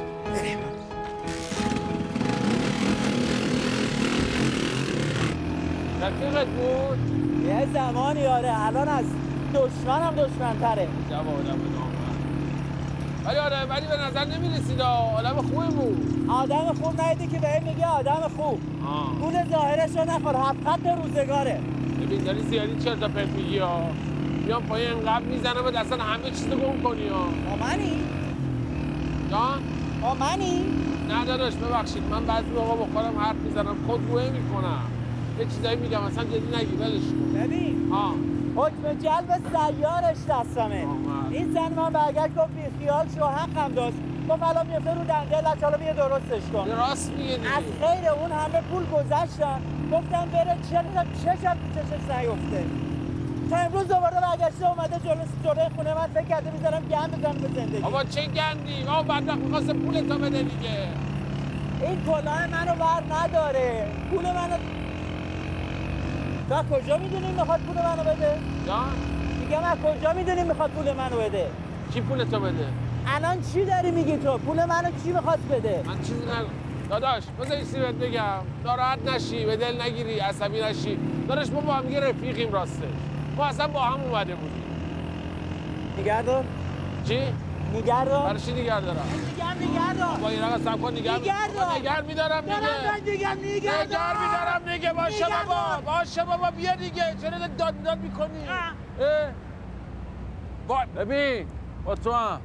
[SPEAKER 13] رفیقت بود یه زمانی آره الان از دشمنم دشمنتره
[SPEAKER 4] جواب آدم ولی آره ولی به نظر نمیرسید آدم خوبی بود
[SPEAKER 13] آدم خوب نیده که به میگه آدم خوب
[SPEAKER 4] آه.
[SPEAKER 13] گول ظاهرش رو نخور هفت خط روزگاره
[SPEAKER 4] ببین داری زیادی چرت و پرت میگی ها میام پای انقدر میزنم و اصلا همه چیز رو گم کنی ها
[SPEAKER 13] با منی
[SPEAKER 4] جان
[SPEAKER 13] با منی
[SPEAKER 4] نه داداش ببخشید من بعضی موقع با خودم حرف میزنم خود روحه میکنم یه چیزایی میگم اصلا جدی نگی ولش کن
[SPEAKER 13] ببین
[SPEAKER 4] ها
[SPEAKER 13] حکم جلب سیارش دستمه این زن من برگشت گفت بیخیال شو حقم داشت گفت الان میفته رو دنده لچ حالا بیا درستش کن
[SPEAKER 4] راست میگه
[SPEAKER 13] از غیر اون همه پول گذشتم گفتم بره چه تا چشم تو چشش نیفته تا امروز دوباره برگشته اومده جلو جلوی خونه من فکر کرده میذارم گند بزنم به زندگی
[SPEAKER 4] بابا چه گندی آقا بدبخت میخواست پولتو بده دیگه
[SPEAKER 13] این کلاه منو بر نداره پول منو تا کجا میدونی میخواد پول منو بده؟
[SPEAKER 4] جان
[SPEAKER 13] میگم از کجا میدونی میخواد پول منو بده؟
[SPEAKER 4] کی پولتو بده
[SPEAKER 13] الان چی داری میگی تو؟ پول منو کی میخواد بده؟
[SPEAKER 4] من چیزی نگم داداش بذار یه چیزی بهت بگم ناراحت نشی به دل نگیری عصبی نشی داداش ما با هم دیگه رفیقیم راستش ما اصلا با هم اومده بودیم
[SPEAKER 13] نگردار
[SPEAKER 4] چی
[SPEAKER 13] نگردار
[SPEAKER 4] برای چی نگردارم
[SPEAKER 13] میگم نگردار
[SPEAKER 4] با یه رقم سب کن نگر
[SPEAKER 13] نگهدار.
[SPEAKER 4] نگر میدارم دیگه
[SPEAKER 13] دارم بهت میگم نگهدار.
[SPEAKER 4] نگر میدارم دیگه باشه
[SPEAKER 13] نگهدار.
[SPEAKER 4] بابا باشه بابا بیا دیگه چرا داد داد داد میکنی اه. وای ببین با تو هم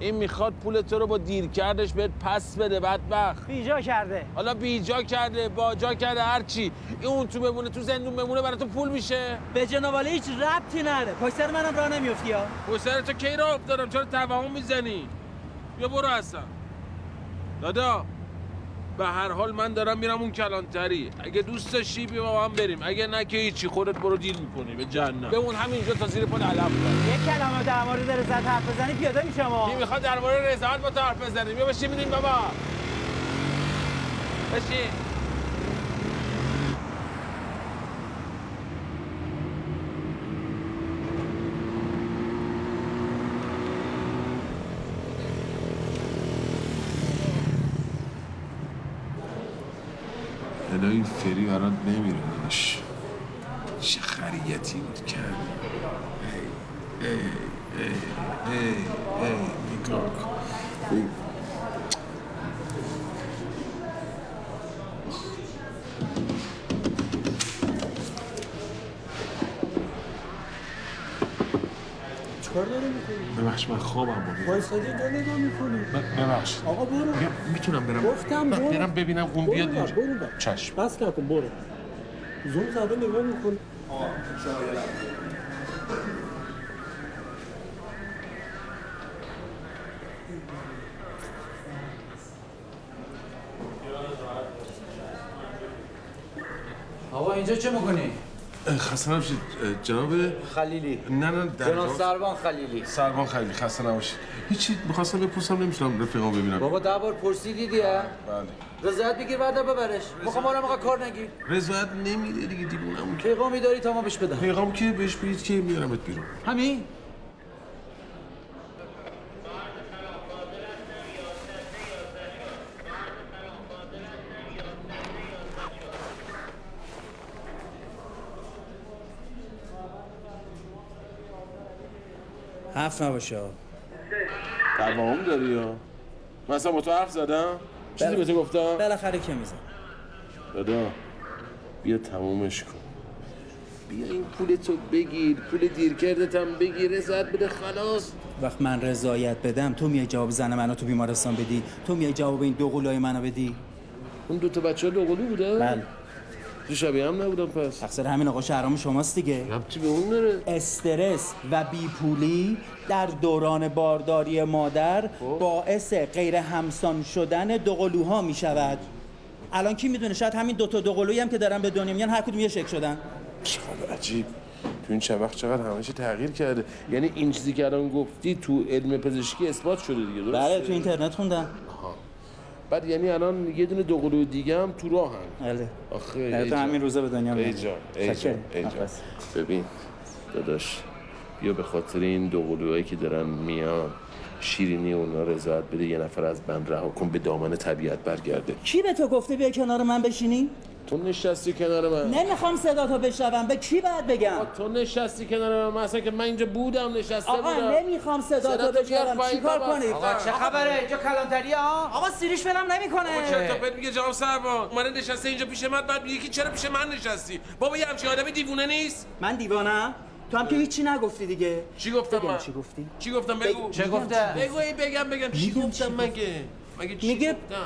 [SPEAKER 4] این میخواد پول تو رو با دیر کردش بهت پس بده بدبخت
[SPEAKER 13] بیجا کرده
[SPEAKER 4] حالا بیجا کرده باجا کرده هرچی این اون تو بمونه تو زندون بمونه برای تو پول میشه
[SPEAKER 13] به جنابالی هیچ ربطی نره پای سر منم راه نمیفتی ها
[SPEAKER 4] پشتر تو کی را افتادم چرا توهم میزنی بیا برو هستم دادا به هر حال من دارم میرم اون کلانتری اگه دوست داشتی بیا با هم بریم اگه نه که هیچی خودت برو دیل میکنی به جهنم بمون همینجا تا زیر پل علف کن
[SPEAKER 13] یه کلمه در مورد رضایت حرف بزنی پیاده میشم
[SPEAKER 4] کی
[SPEAKER 13] ها
[SPEAKER 4] میخواد درباره رضاحت با تو حرف بزنیم بیا بشین بینیم بابا بشین
[SPEAKER 1] الهی این فری برات نمیره داداش چه خریتی بود کرد ای ای ای ای ای نگاه کن ای.
[SPEAKER 18] چکار داری میکنی؟
[SPEAKER 1] ببخش من خوابم بود
[SPEAKER 18] وایسادی اینجا نگاه میکنی
[SPEAKER 1] ببخش
[SPEAKER 18] آقا برو
[SPEAKER 1] میتونم برم
[SPEAKER 18] گفتم برو
[SPEAKER 1] برم ببینم اون
[SPEAKER 18] برو
[SPEAKER 1] بیاد
[SPEAKER 18] بر،
[SPEAKER 1] اینجا.
[SPEAKER 18] برو بر.
[SPEAKER 1] چشم
[SPEAKER 18] بس نکن برو زوم زده نگاه میکنی
[SPEAKER 16] آقا اینجا چه میکنی
[SPEAKER 7] خسته نباشید اه، جناب
[SPEAKER 16] خلیلی
[SPEAKER 7] نه نه در
[SPEAKER 16] جناب سروان خلیلی
[SPEAKER 7] سروان خیلی خسته نباشید هیچی میخواستم بپرسم نمیتونم رفیقام ببینم
[SPEAKER 16] بابا ده بار پرسیدی دیگه
[SPEAKER 7] بله
[SPEAKER 16] رضایت بگیر بعدا ببرش خب، میخوام ما آقا کار نگیر
[SPEAKER 7] رضایت نمیده دیگه دیوونم
[SPEAKER 16] پیغامی داری تا ما بهش بدم
[SPEAKER 7] پیغام که بهش بگید که میارمت بیرون
[SPEAKER 16] همین
[SPEAKER 13] هفت نباشه
[SPEAKER 4] توهم داری یا من اصلا با تو حرف زدم
[SPEAKER 16] بله.
[SPEAKER 4] چیزی به تو گفتم
[SPEAKER 13] بالاخره که میزن
[SPEAKER 4] دادا بیا تمومش کن بیا این پول تو بگیر پول دیرکردت هم بگیر رضایت بده خلاص
[SPEAKER 13] وقت من رضایت بدم تو میای جواب زن منو تو بیمارستان بدی تو میای جواب این دو قلوهای منو بدی
[SPEAKER 4] اون دو تا بچه دوقلو بوده
[SPEAKER 13] بله
[SPEAKER 4] تو شبیه هم نبودم پس
[SPEAKER 13] اخسر همین آقا شهرام شماست دیگه
[SPEAKER 4] ربطی به اون داره
[SPEAKER 13] استرس و بیپولی در دوران بارداری مادر
[SPEAKER 4] خب.
[SPEAKER 13] باعث غیر همسان شدن دوقلوها می شود الان کی میدونه شاید همین دو تا دوقلویی هم که دارن به دنیا میان هر کدوم یه شکل شدن
[SPEAKER 4] چقدر عجیب تو این چند وقت چقدر همه چی تغییر کرده یعنی این چیزی که الان گفتی تو علم پزشکی اثبات شده دیگه درست
[SPEAKER 13] بله تو اینترنت خوندم
[SPEAKER 4] بعد یعنی الان یه دونه دوقلو دیگه هم تو راه هم
[SPEAKER 13] بله
[SPEAKER 4] آخه
[SPEAKER 13] بله،
[SPEAKER 4] ای
[SPEAKER 13] تو
[SPEAKER 4] جان.
[SPEAKER 13] همین روزا به دنیا
[SPEAKER 4] ای
[SPEAKER 13] میای
[SPEAKER 4] جان ای
[SPEAKER 13] شکر.
[SPEAKER 4] جان ای جان.
[SPEAKER 13] نفس.
[SPEAKER 4] ببین داداش بیا به خاطر این دوقلوهایی که دارن میان شیرینی اونا رضایت بده یه نفر از بند رها کن به دامن طبیعت برگرده
[SPEAKER 13] کی به تو گفته بیا کنار من بشینی؟
[SPEAKER 4] تو نشستی کنار من
[SPEAKER 13] نمیخوام صدا تو بشنوم به کی باید بگم؟
[SPEAKER 4] تو نشستی کنار من من اصلا که من اینجا بودم نشسته
[SPEAKER 13] آقا
[SPEAKER 4] بودم
[SPEAKER 13] نمیخوام صدا
[SPEAKER 4] صدا
[SPEAKER 13] تو
[SPEAKER 4] تو بیار
[SPEAKER 13] بشنوم
[SPEAKER 4] پایین
[SPEAKER 13] چیکار
[SPEAKER 4] بابا.
[SPEAKER 13] کنید؟
[SPEAKER 4] آقا، چه
[SPEAKER 16] خبره؟ اینجا کلانتری ها؟
[SPEAKER 13] آقا سیریش ولم
[SPEAKER 4] بابا چرا تا
[SPEAKER 13] نمیکنه.
[SPEAKER 4] پرت میگه جناب سروان من نشسته اینجا پیش من بعد میگه که چرا پیش من نشستی بابا یه همچین آدمی دیوونه نیست
[SPEAKER 13] من دیوانم؟ تو هم که هیچی نگفتی دیگه.
[SPEAKER 4] چی گفتم
[SPEAKER 13] بگم
[SPEAKER 4] من
[SPEAKER 13] چی گفتی؟
[SPEAKER 4] چی گفتم بگو
[SPEAKER 13] چه گفته؟
[SPEAKER 4] بگو ای بگم بگم چی گفتم مگه مگه چی
[SPEAKER 13] میگه-
[SPEAKER 4] گفتم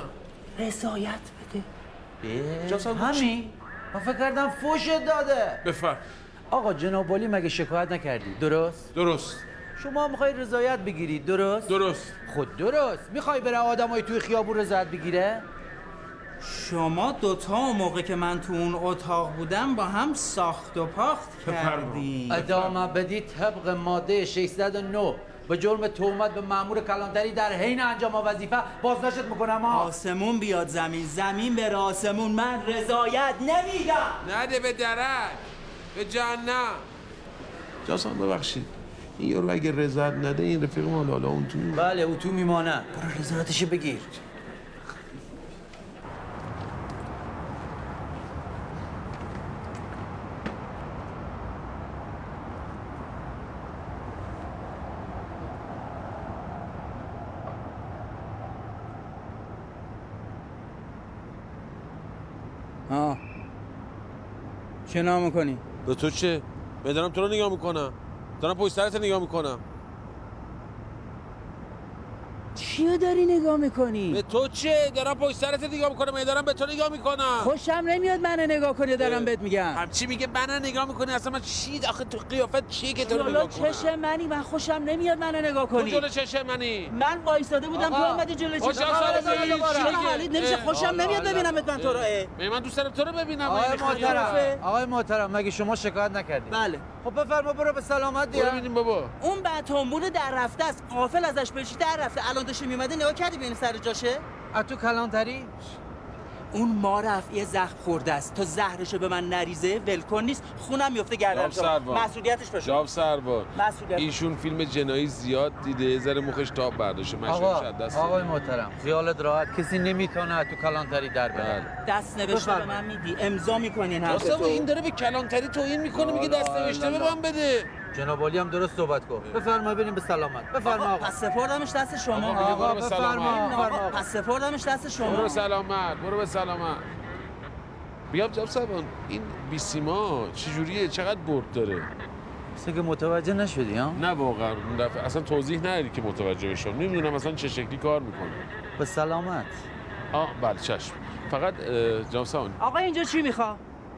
[SPEAKER 16] رضایت بده
[SPEAKER 4] جناب
[SPEAKER 16] همین من فکر کردم فوشت داده
[SPEAKER 4] بفر
[SPEAKER 16] آقا جناب والی مگه شکایت نکردی درست
[SPEAKER 4] درست
[SPEAKER 16] شما میخوای رضایت بگیرید درست
[SPEAKER 4] درست
[SPEAKER 16] خود درست میخوای بره آدمای توی خیابون رضایت بگیره
[SPEAKER 13] شما دوتا اون موقع که من تو اون اتاق بودم با هم ساخت و پاخت کردی.
[SPEAKER 16] ادامه بدی طبق ماده 609 به جرم تهمت به مامور کلانتری در حین انجام وظیفه بازداشت میکنم ها
[SPEAKER 13] آسمون بیاد زمین زمین به آسمون من رضایت نمیدم
[SPEAKER 4] نده به درک به جهنم جاسم ببخشید این یارو اگه رضایت نده این رفیق ما لالا اون تو
[SPEAKER 16] بله او تو میمانه برو رضایتشو بگیر
[SPEAKER 13] آه چه نام کنی؟
[SPEAKER 7] به تو چه؟ من دارم تو رو نگاه میکنم دارم پشت سرت نگاه میکنم
[SPEAKER 13] چیو داری نگاه میکنی؟
[SPEAKER 7] به تو چه؟ دارم پشت سرت نگاه میکنم من دارم به تو نگاه میکنم
[SPEAKER 13] خوشم نمیاد منو نگاه کنی دارم بهت میگم
[SPEAKER 7] همچی میگه منو نگاه میکنی اصلا من چی آخه تو قیافت چیه که تو رو
[SPEAKER 13] جلو
[SPEAKER 7] نگاه کنم
[SPEAKER 13] چش منی من خوشم نمیاد منو نگاه
[SPEAKER 7] تو
[SPEAKER 13] کنی
[SPEAKER 7] جلو چش منی
[SPEAKER 13] من وایساده بودم تو
[SPEAKER 7] آقا،
[SPEAKER 13] اومدی جلو
[SPEAKER 7] خوشم
[SPEAKER 13] چش
[SPEAKER 7] سر بزنی، چی
[SPEAKER 13] چرا
[SPEAKER 7] میگه؟
[SPEAKER 13] حالید نمیشه
[SPEAKER 7] اه،
[SPEAKER 13] خوشم
[SPEAKER 7] حالا،
[SPEAKER 13] نمیاد
[SPEAKER 7] حالا.
[SPEAKER 13] ببینم من تو رو اه.
[SPEAKER 7] می من دوست دارم تو رو ببینم
[SPEAKER 16] آقای
[SPEAKER 7] این خیلی
[SPEAKER 16] محترم
[SPEAKER 7] خوبه.
[SPEAKER 16] آقای محترم مگه شما شکایت نکردید
[SPEAKER 13] بله
[SPEAKER 16] خب بفرما برو به سلامت
[SPEAKER 4] برو ببینیم بابا
[SPEAKER 13] اون بعد تنبول در رفته است قافل ازش بشی در رفته الان داشته میمده نگاه کردی ببینی سر جاشه
[SPEAKER 16] از تو کلانتری
[SPEAKER 13] اون ما یه زخم خورده است تا زهرشو به من نریزه ولکن نیست خونم میفته
[SPEAKER 7] جناب
[SPEAKER 13] گردن
[SPEAKER 7] خب، سروان
[SPEAKER 13] مسئولیتش بشه
[SPEAKER 7] جناب سروان
[SPEAKER 13] مسئولیت.
[SPEAKER 7] ایشون فیلم جنایی زیاد دیده یه ذره مخش تاب برداشته مشروب
[SPEAKER 16] آقا
[SPEAKER 7] شد دست
[SPEAKER 16] آقای محترم خیالت راحت کسی نمیتونه از تو کلانتری در بره
[SPEAKER 4] بله.
[SPEAKER 13] دست نوشته به من میدی امضا میکنین هر آره.
[SPEAKER 7] راستم
[SPEAKER 13] دوتون.
[SPEAKER 7] این داره به کلانتری توهین میکنه میگه
[SPEAKER 16] لا،
[SPEAKER 7] دست نوشته
[SPEAKER 16] لا،
[SPEAKER 7] به
[SPEAKER 16] لا.
[SPEAKER 7] من بده
[SPEAKER 16] جناب عالی هم درست صحبت کن بفرما بریم به سلامت بفرما
[SPEAKER 13] آقا
[SPEAKER 16] آقا
[SPEAKER 13] پس سپردمش دست شما
[SPEAKER 7] آقا،
[SPEAKER 16] آقا
[SPEAKER 7] برو به سلامت.
[SPEAKER 16] بفرما
[SPEAKER 13] آقا، پس سپردمش دست
[SPEAKER 7] برو به
[SPEAKER 13] شما
[SPEAKER 7] سلامت برو به سلامت بیام جناب سروان این بیسیما چجوریه چقدر برد داره
[SPEAKER 16] تو که متوجه نشدی ها
[SPEAKER 7] نه واقعا اون دفعه اصلا توضیح ندادی که متوجه بشم نمیدونم اصلا چه شکلی کار میکنه
[SPEAKER 16] به سلامت
[SPEAKER 7] آه بله چشم فقط اه، جناب سروان
[SPEAKER 13] آقا اینجا چی میخوا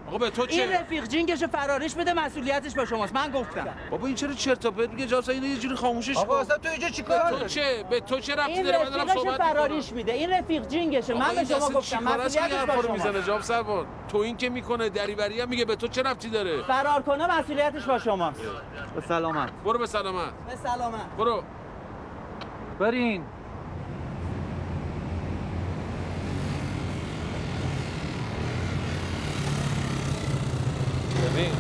[SPEAKER 4] آقا به تو
[SPEAKER 13] این
[SPEAKER 4] چه
[SPEAKER 13] رفیق جینگش فرارش بده مسئولیتش با شماست من گفتم
[SPEAKER 4] بابا این چرا چرت و پرت میگه جاسا اینو یه جوری خاموشش
[SPEAKER 13] آقا،
[SPEAKER 4] کن.
[SPEAKER 13] اصلا تو اینجا چیکار
[SPEAKER 4] به تو
[SPEAKER 13] داری؟
[SPEAKER 4] چه به تو چه ربطی
[SPEAKER 13] این
[SPEAKER 4] داره من دارم
[SPEAKER 13] رفیقش
[SPEAKER 4] صحبت میکنم
[SPEAKER 13] فرارش میده این رفیق جینگشه من به شما گفتم مسئولیتش با
[SPEAKER 4] رو میزنه
[SPEAKER 13] شماست
[SPEAKER 4] جاب سربان تو این که میکنه دریوری هم میگه به تو چه ربطی داره
[SPEAKER 13] فرار کنه مسئولیتش با شماست
[SPEAKER 4] به سلامت برو به سلامت
[SPEAKER 13] به سلامت
[SPEAKER 4] بله. برو
[SPEAKER 13] برین
[SPEAKER 4] ببین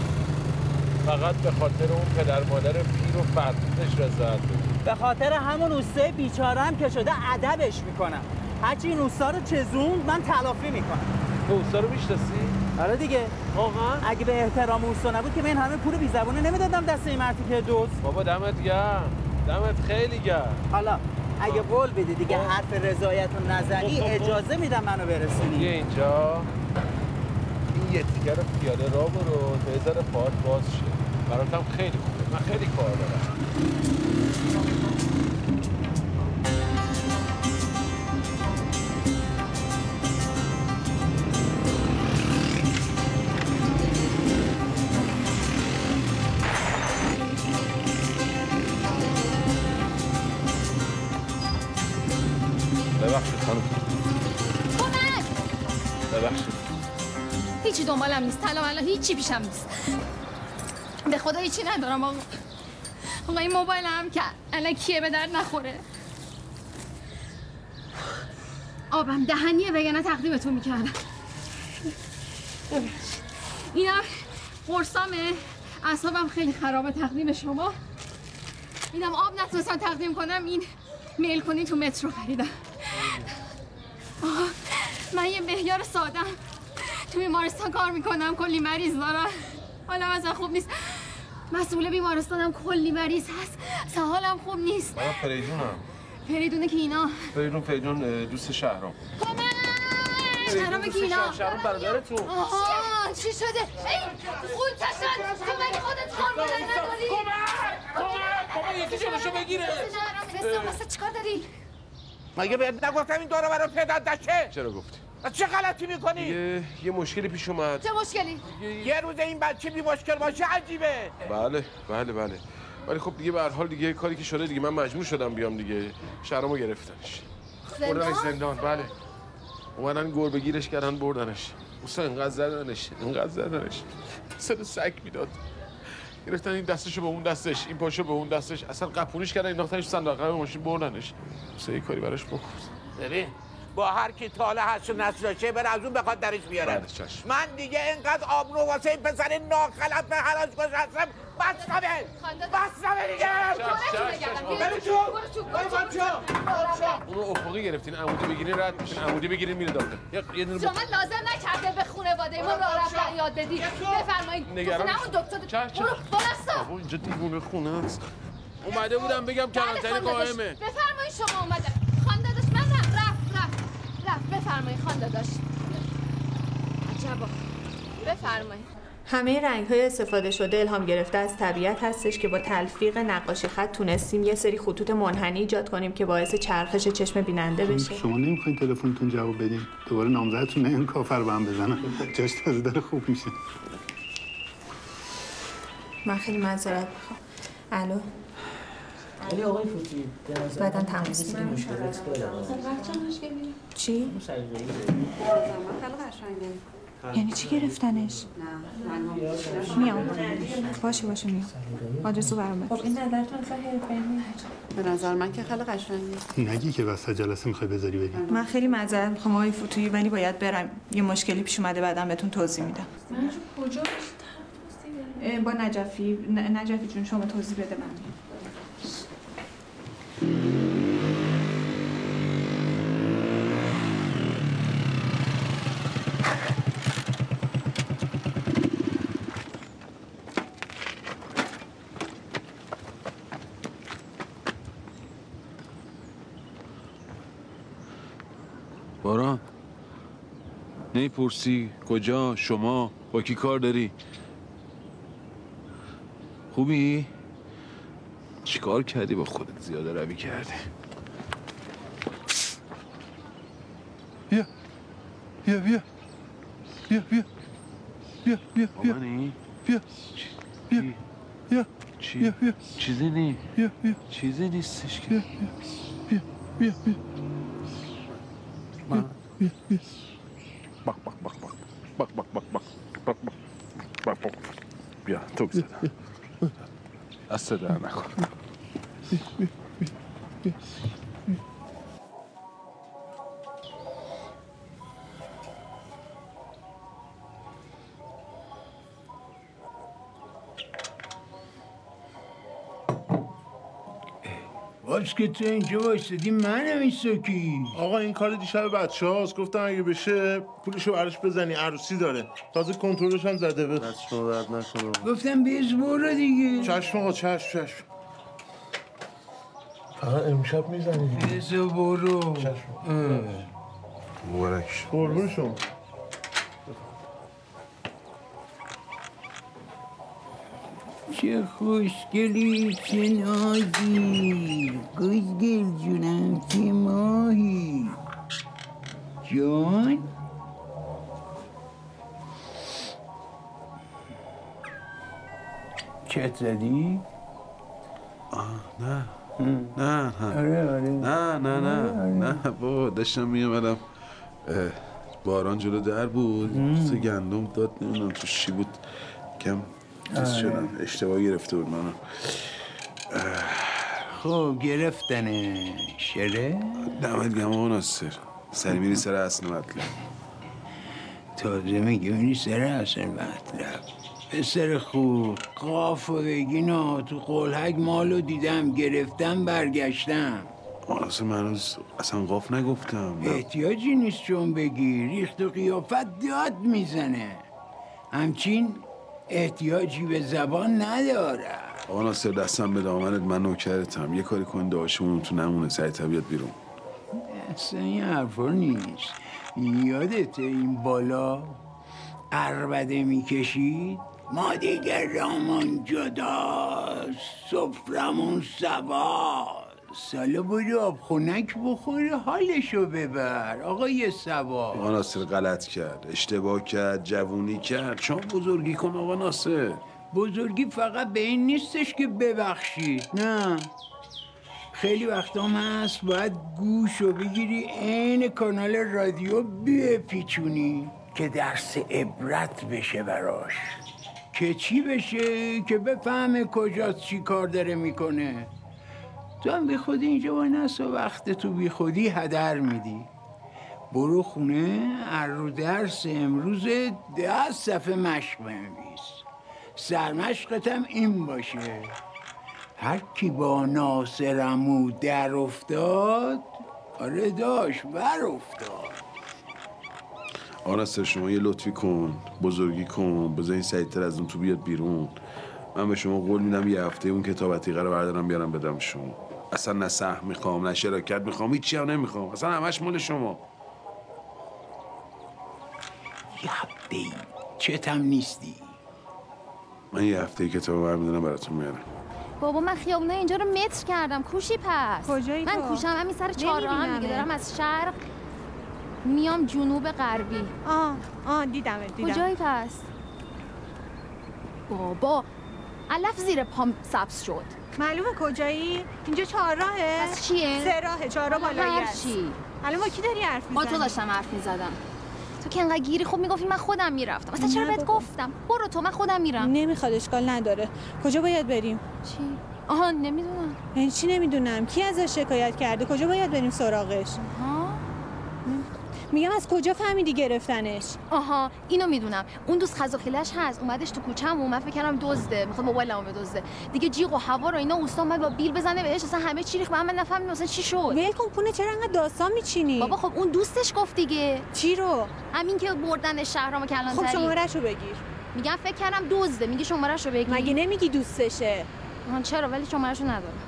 [SPEAKER 4] فقط به خاطر اون پدر مادر پیر و فرزندش رضایت بده
[SPEAKER 13] به خاطر همون اوسته بیچارم که شده ادبش میکنم هرچی این اوستا رو چزوند من تلافی میکنم
[SPEAKER 4] اوستا رو میشناسی
[SPEAKER 13] آره دیگه واقعا اگه به احترام اوستا نبود که من این همه پول بیزبونه نمیدادم دست این مرتی که دوست
[SPEAKER 4] بابا دمت گرم دمت خیلی گرم
[SPEAKER 13] حالا اگه قول بدی دیگه حرف رضایت رو نزنی
[SPEAKER 4] خب، خب، خب.
[SPEAKER 13] یعنی اجازه میدم منو برسونی
[SPEAKER 4] یه اینجا این یه تیکه رو پیاده را برو تا یه ذره پارک باز شه براتم خیلی خوبه من خیلی کار دارم ببخشید خانم
[SPEAKER 15] کمک
[SPEAKER 4] ببخشید
[SPEAKER 15] هیچی دنبالم نیست الان الان هیچی پیشم نیست به خدا هیچی ندارم آقا آقا این موبایل هم که الان کیه به درد نخوره آبم دهنیه وگرنه تقدیمتون میکردم اینم قرصامه اعصابم خیلی خرابه تقدیم شما اینم آب نتونستم تقدیم کنم این میل کنی تو مترو خریدم آقا من یه بهیار سادم تو بیمارستان کار میکنم کلی مریض دارم حالم اصلا خوب نیست مسئول بیمارستانم کلی مریض هست اصلا حالم خوب نیست
[SPEAKER 4] من فریدونم
[SPEAKER 15] فریدونه که اینا
[SPEAKER 4] فریدون فریدون اه، دوست شهرام
[SPEAKER 15] شرامه که اینا
[SPEAKER 4] شهرام برادرتون
[SPEAKER 15] آها چی شده؟ ای خون چشن تو مگه خودت کار بلد نداری؟
[SPEAKER 4] کمک یکی جلوشو بگیره.
[SPEAKER 15] رستم واسه چیکار داری؟
[SPEAKER 4] مگه بهت نگفتم این دورو برای پدر دشه چرا گفتی
[SPEAKER 10] از چه غلطی میکنی؟
[SPEAKER 4] یه یه مشکلی پیش اومد
[SPEAKER 15] چه مشکلی؟
[SPEAKER 10] یه روز این بچه بی مشکل باشه عجیبه
[SPEAKER 4] بله بله بله ولی خب دیگه به هر حال دیگه کاری که شده دیگه من مجبور شدم بیام دیگه شهرامو گرفتنش بردنش زندان بله اومدن گربه گیرش کردن بردنش اصلا اینقدر زدنش اینقدر زدنش سر سگ میداد گرفتن این دستشو به اون دستش این پاشو به اون دستش اصلا قپونیش کردن انداختنش تو صندوق عقب ماشین بردنش سه یه کاری براش بکن
[SPEAKER 10] ببین با هر کی تاله هست و نسل داشته بره از اون بخواد درش بیاره
[SPEAKER 4] بله، چشم.
[SPEAKER 10] من دیگه اینقدر آبرو واسه این پسر ناخلف به حراج کش هستم بستمه بستمه دیگه برو تو برو تو
[SPEAKER 4] اونو افقی گرفتین عمودی بگیرین رد میشین عمودی بگیرین میره داخل یه یه دونه
[SPEAKER 15] شما لازم نکرده به خانواده ما راه رفتن یاد بدی بفرمایید
[SPEAKER 4] نگران
[SPEAKER 15] نمون دکتر برو
[SPEAKER 4] بابا اینجا دیوونه خونه است اومده بودم بگم
[SPEAKER 15] بله،
[SPEAKER 4] کلانتری
[SPEAKER 15] خان داداش.
[SPEAKER 4] قائمه
[SPEAKER 15] بفرمایید شما اومده خان داداش من رفت رفت رفت رفت بفرمایید خان داداش عجبا بفرمایید
[SPEAKER 19] همه رنگ های استفاده شده الهام گرفته از طبیعت هستش که با تلفیق نقاشی خط تونستیم یه سری خطوط منحنی ایجاد کنیم که باعث چرخش چشم بیننده بشه
[SPEAKER 8] شما نمیخواین تلفنتون جواب بدین دوباره نامزدتون نه کافر به هم بزنم جاش تازه داره خوب میشه
[SPEAKER 19] من خیلی معذرت میخوام الو
[SPEAKER 4] خب.
[SPEAKER 20] ولی آقای فوتی به نظر
[SPEAKER 19] بعداً
[SPEAKER 20] من
[SPEAKER 19] تماس
[SPEAKER 20] یکی
[SPEAKER 19] می‌گیرم.
[SPEAKER 20] مشکلات داره.
[SPEAKER 19] چی؟ یعنی چی گرفتنش؟ میام باشه باشه میام آدرس رو برام خب این نظرتون اصلا
[SPEAKER 21] به نظر من که خیلی قشنگه
[SPEAKER 8] نگی که وسط جلسه میخوای بذاری بریم
[SPEAKER 19] من خیلی معذرت میخوام آقای فوتویی ولی باید برم یه مشکلی پیش اومده بعدم بهتون توضیح میدم
[SPEAKER 21] کجا
[SPEAKER 19] اه، با نجفی ن- نجفی جون شما توضیح بده من
[SPEAKER 4] باران نیپرسی کجا شما با کی کار داری خوبی چیکار کردی با خودت زیاده روی کردی
[SPEAKER 8] بیا بیا بیا بیا بیا
[SPEAKER 4] بیا بیا بیا بیا بیا بیا چی؟ بیا بیا چیزی نی بیا بیا چیزی نیستش که بیا بیا بیا بیا بیا بیا بیا بک بک بک بک بک بک بک بک بک بک بک بک بیا تو زدم دست در نکن
[SPEAKER 10] باز که تو اینجا وایستدی منم این سکی
[SPEAKER 22] آقا این کار دیشب بچه هاست گفتم اگه بشه پولشو براش بزنی عروسی داره تازه کنترلش هم زده بود دستشو درد نکنه
[SPEAKER 10] گفتم بیز برو دیگه
[SPEAKER 22] چشم آقا چشم چشم فقط امشب میزنی
[SPEAKER 10] بیز برو
[SPEAKER 22] مبارک قربون شما
[SPEAKER 10] چه خوشگلی چه نازی خوشگل جونم چه ماهی جان چت زدی؟
[SPEAKER 4] نه نه نه
[SPEAKER 10] آره، آره.
[SPEAKER 4] نه نه نه نه بابا داشتم میامدم باران جلو در بود سه گندم داد نمیدونم تو چی بود کم چیز
[SPEAKER 10] آره.
[SPEAKER 4] شدم اشتباه گرفته بود منو
[SPEAKER 10] خب گرفتنه شره؟
[SPEAKER 4] دمت گم آقا ناصر سری میری سر اصل مطلب
[SPEAKER 10] تازه میگه اونی سر اصل مطلب پسر خوب قاف و بگینا تو قلحک مالو دیدم گرفتم برگشتم
[SPEAKER 4] آقا ناصر من هنوز اصلا قاف نگفتم
[SPEAKER 10] احتیاجی نیست چون بگی ریخت و قیافت داد میزنه همچین احتیاجی به زبان نداره
[SPEAKER 4] آقا ناصر دستم به دامنت من نوکرتم یه کاری کن داشمون تو نمونه سری طبیعت بیرون
[SPEAKER 10] اصلا این حرفا نیست یادت این بالا عربده میکشید ما دیگه رامون جداست سفرمون سبا سالا برو آب خونک بخور حالشو ببر آقای سبا
[SPEAKER 4] آقا ناصر غلط کرد اشتباه کرد جوونی کرد شما بزرگی کن آقا ناصر
[SPEAKER 10] بزرگی فقط به این نیستش که ببخشید نه خیلی وقت هم هست باید گوش رو بگیری عین کانال رادیو بپیچونی که درس عبرت بشه براش که چی بشه که بفهمه کجاست چی کار داره میکنه تو هم بی خودی اینجا با نست و وقت تو بی خودی هدر میدی برو خونه هر رو درس امروز ده صفحه مشق بنویس سرمشقت هم این باشه هر کی با ناصرمو در افتاد آره داشت بر افتاد
[SPEAKER 4] آقا ناصر آره شما یه لطفی کن بزرگی کن بذار این سریعتر از اون تو بیاد بیرون من به شما قول میدم یه هفته اون کتاب عتیقه رو بردارم بیارم بدم شما اصلا نه سهم میخوام نه شراکت میخوام هیچی هم نمیخوام اصلا همش مال شما
[SPEAKER 10] یه هفته ای چتم نیستی
[SPEAKER 4] من یه هفته کتاب رو برمیدارم براتون میارم
[SPEAKER 15] بابا من خیابونه اینجا رو متر کردم کوشی پس
[SPEAKER 19] کجایی
[SPEAKER 15] من
[SPEAKER 19] تو؟
[SPEAKER 15] کوشم همین سر چهار هم دیگه
[SPEAKER 19] نمی‌بینمت.
[SPEAKER 15] دارم از شرق میام جنوب غربی
[SPEAKER 19] آه آه دیدم دیدم
[SPEAKER 15] کجایی پس بابا علف زیر پام سبز شد
[SPEAKER 19] معلومه کجایی؟ اینجا چهارراهه؟
[SPEAKER 15] پس چیه؟
[SPEAKER 19] سه راهه چهارراه
[SPEAKER 15] حالا
[SPEAKER 19] بالایی
[SPEAKER 15] هر
[SPEAKER 19] است.
[SPEAKER 15] چی.
[SPEAKER 19] الان با کی داری حرف
[SPEAKER 15] با
[SPEAKER 19] میزنی؟
[SPEAKER 15] تو داشتم حرف میزدم تو که انقدر گیری خوب میگفتی من خودم میرفتم اصلا چرا
[SPEAKER 19] نه
[SPEAKER 15] بهت
[SPEAKER 19] بابا.
[SPEAKER 15] گفتم برو تو من خودم میرم
[SPEAKER 19] نمیخواد اشکال نداره کجا باید بریم
[SPEAKER 15] چی آها نمیدونم
[SPEAKER 19] یعنی چی نمیدونم کی ازش شکایت کرده کجا باید بریم سراغش
[SPEAKER 15] آها
[SPEAKER 19] میگم از کجا فهمیدی گرفتنش
[SPEAKER 15] آها اینو میدونم اون دوست خزاخیلش هست اومدش تو کوچه‌م و من فکر کردم دزده میخواد موبایلمو بدزده دیگه جیغ و هوا رو اینا اوستا من با بیل بزنه بهش اصلا همه چی ریخت به هم، من نفهمیدم اصلا چی شد
[SPEAKER 19] ول کن پونه چرا انقدر داستان میچینی
[SPEAKER 15] بابا خب اون دوستش گفت دیگه
[SPEAKER 19] چی رو
[SPEAKER 15] همین که بردن شهرام کلانتری
[SPEAKER 19] خب شمارهشو بگیر
[SPEAKER 15] میگم فکر کردم دزده میگه شمارهشو بگیر
[SPEAKER 19] مگه نمیگی دوستشه
[SPEAKER 15] آها، چرا ولی شمارهشو ندارم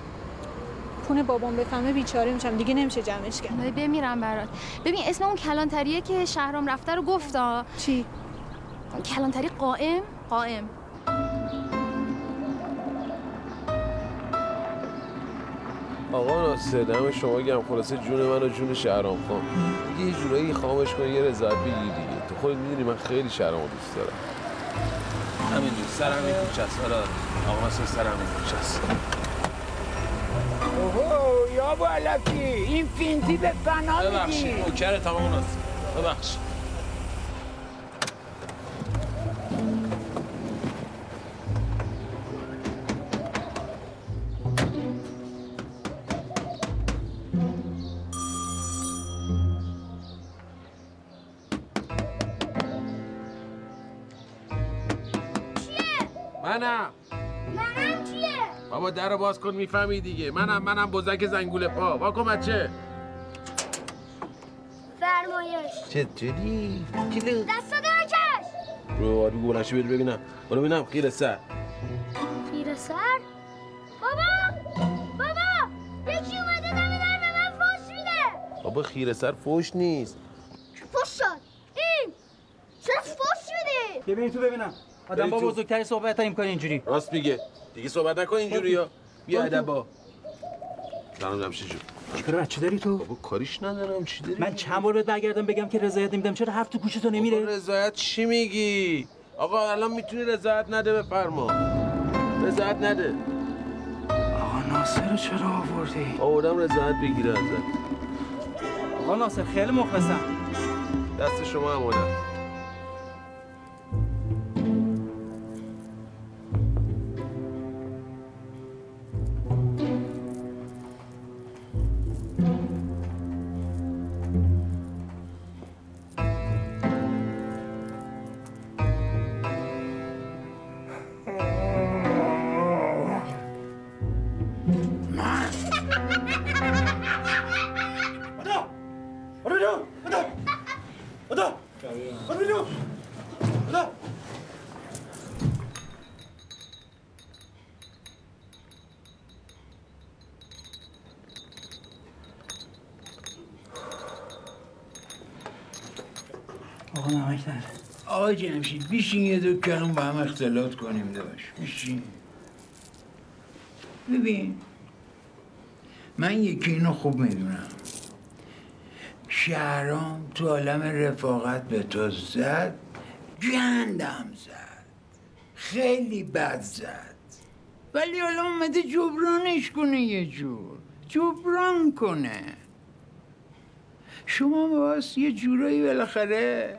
[SPEAKER 19] پونه بابام بفهمه بیچاره میشم دیگه نمیشه جمعش کرد
[SPEAKER 15] وای، بمیرم برات ببین اسم اون کلانتریه که شهرام رفته رو گفتا
[SPEAKER 19] چی
[SPEAKER 15] کلانتری قائم قائم
[SPEAKER 23] آقا ناصر دم شما گم خلاصه جون من و جون شهرام کن یه جورایی خامش کن یه رضایت بگیر دیگه تو خودت میدونی من خیلی شهرامو دوست دارم
[SPEAKER 4] همینجور سر همین کوچه است آره آره. آقا حسین سر همین کوچه است
[SPEAKER 10] اوه یا علفی این فینتی به فنا میدی
[SPEAKER 4] ببخشید نوکر تمام است ببخش منم
[SPEAKER 12] منم چیه؟
[SPEAKER 4] بابا در رو باز کن میفهمی دیگه منم منم بزک زنگوله پا واکن بچه
[SPEAKER 12] فرمایش
[SPEAKER 4] چطوری؟
[SPEAKER 12] دست درکش
[SPEAKER 4] رو آبی گلنشی بری ببینم برو ببینم خیره سر
[SPEAKER 12] پیر سر بابا بابا یکی اومده دم در به من فوش میده
[SPEAKER 4] بابا خیره سر فوش نیست
[SPEAKER 12] فوش شد این چرا فوش میدی
[SPEAKER 6] ببین تو ببینم آدم با
[SPEAKER 4] بری تو.
[SPEAKER 6] بزرگتری صحبت نمی کنه اینجوری
[SPEAKER 4] راست میگه دیگه صحبت نکن اینجوری یا بیا ادبا سلام جمشید جون
[SPEAKER 6] چرا بچه داری تو؟ بابا
[SPEAKER 4] کاریش ندارم چی داری؟
[SPEAKER 6] من چند بار بهت برگردم بگم که رضایت نمیدم چرا حرف تو گوشتو نمیره؟
[SPEAKER 4] رضایت چی میگی؟ آقا الان میتونی رضایت نده بفرما رضایت نده
[SPEAKER 10] آقا ناصر چرا آوردی؟
[SPEAKER 4] آوردم رضایت بگیره ازت
[SPEAKER 6] آقا ناصر خیلی مخلصم
[SPEAKER 4] دست شما هم آدم
[SPEAKER 10] آقا نمک نداره آقا جمشید بیشین یه دو کلم با هم اختلاط کنیم داشت بیشین ببین من یکی اینو خوب میدونم شهرام تو عالم رفاقت به تو زد گندم زد خیلی بد زد ولی حالا اومده جبرانش کنه یه جور جبران کنه شما باز یه جورایی بالاخره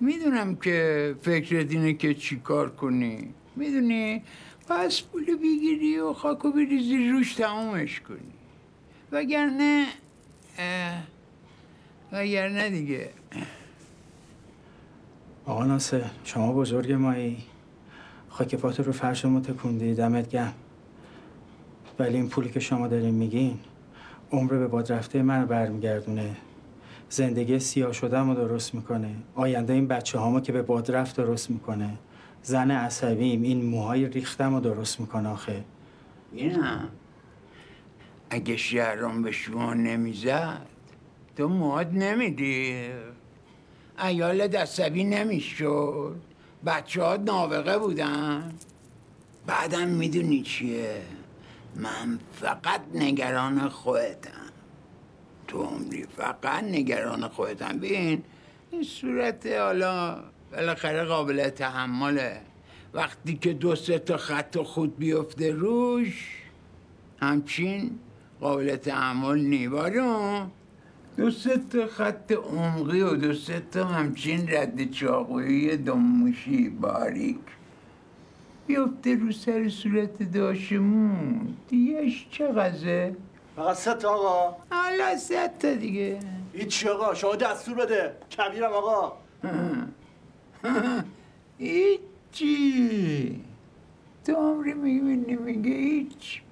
[SPEAKER 10] میدونم که فکرت اینه که چیکار کنی میدونی پس پول بگیری و خاکو بریزی روش تمومش کنی وگرنه اه، وگرنه دیگه
[SPEAKER 18] آقا ناصر شما بزرگ مایی خاک پات رو فرش ما تکوندی دمت گرم ولی این پولی که شما دارین میگین عمر به باد رفته من رو برمیگردونه زندگی سیاه شدم رو درست میکنه آینده این بچه هامو که به باد رفت درست میکنه زن عصبیم این موهای ریختم رو درست میکنه آخه
[SPEAKER 10] میرم اگه شهرام به شما نمیزد تو مواد نمیدی ایال دستبی نمیشد بچه ها نابغه بودن بعدم میدونی چیه من فقط نگران خودتم تو عمری فقط نگران خودتم ببین این صورت حالا بالاخره قابل تحمله وقتی که دو سه تا خط و خود بیفته روش همچین قابل تحمل نی بارو دو سه تا خط عمقی و دو سه تا همچین رد چاقویی دموشی باریک بیفته رو سر صورت داشمون دیگهش چه غزه؟
[SPEAKER 24] فقط سه تا آقا
[SPEAKER 10] حالا سه تا دیگه
[SPEAKER 24] هیچی آقا شما دستور بده کبیرم آقا
[SPEAKER 10] هیچی تو عمری میبینی میگه هیچ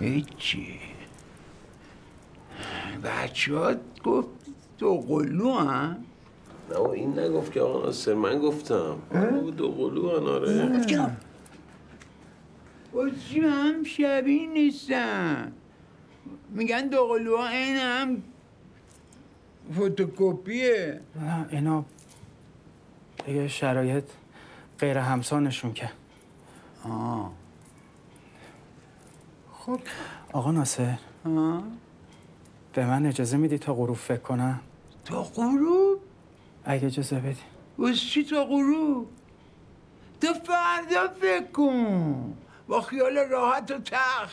[SPEAKER 10] هیچی بچه ها گفت دو قلو هم
[SPEAKER 4] نه و این نگفت که آقا ناصر من گفتم او دو قلو آناره
[SPEAKER 10] بازی هم شبیه نیستن میگن دو قلوها این هم فوتوکوپیه
[SPEAKER 18] نه اینا دیگه شرایط غیر همسانشون که
[SPEAKER 10] آه خب.
[SPEAKER 18] آقا ناصر به من اجازه میدی تا غروب فکر کنم
[SPEAKER 10] تا غروب
[SPEAKER 18] اگه اجازه بدی
[SPEAKER 10] واسه چی تا غروب تا فردا فکر کن با خیال راحت و تخ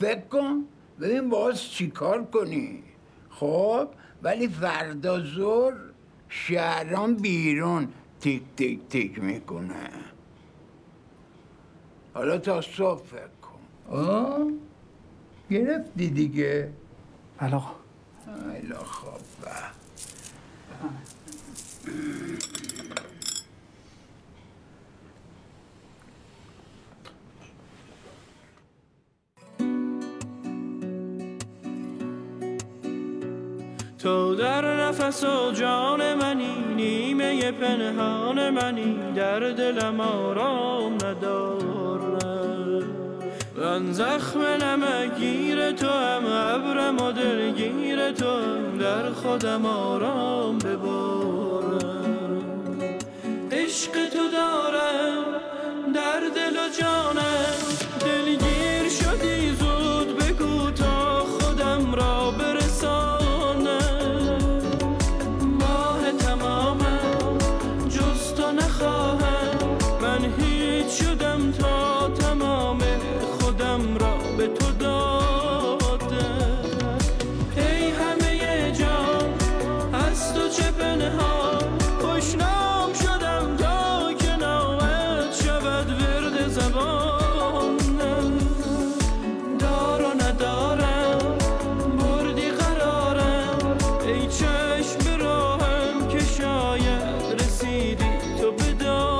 [SPEAKER 10] فکر کن ببین باز چیکار کنی خب ولی فردا ظهر شهران بیرون تیک تیک تیک میکنه حالا تا صبح فکر کن آه گرفتی دیگه
[SPEAKER 18] بله آقا
[SPEAKER 10] ایلا خب
[SPEAKER 25] تو در نفس و جان منی نیمه پنهان منی در دلم آرام ندارم من زخم نمگیر تو هم ابرم و دلگیر تو هم در خودم آرام ببارم عشق تو دارم در دل و جانم دلگیر شدی زود بگو تا خودم را برسانم ماه تمامم جز تو نخواهم من هیچ شدم تا تمام خودم را به تو دادم ای همه جان از تو چه پنهان خوشنام شدم تا که نامت شود ورد زبانم دار و ندارم بردی قرارم ای چشم به راهم که شاید رسیدی تو به دادم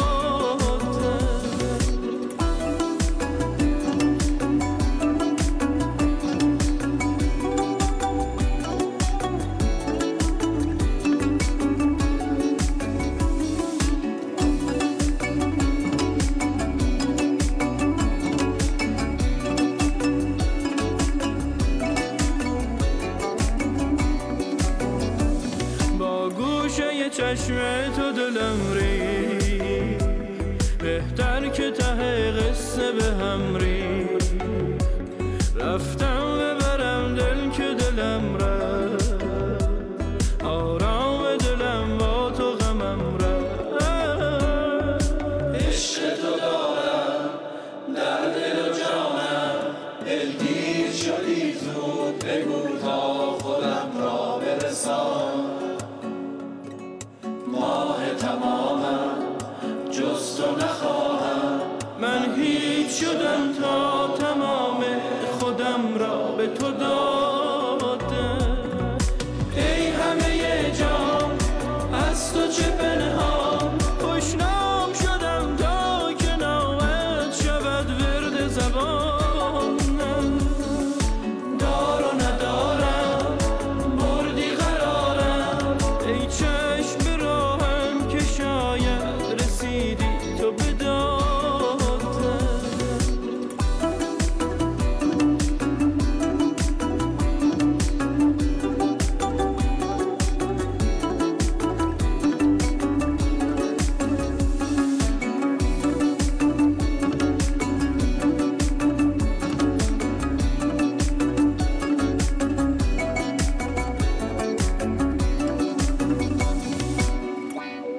[SPEAKER 25] با گوشه چشم تو دلم ری بهتر که ته قصه به هم ری رفتم ببرم دل که دلم رفت آرام دلم با تو غمم رفت عشق تو دارم در دل و جانم دلگیر شدی زود بگو تا خودم را برسان ماه تمامم جز تو نخواهم من هیچ شدم تا تمام خودم را به تو دادم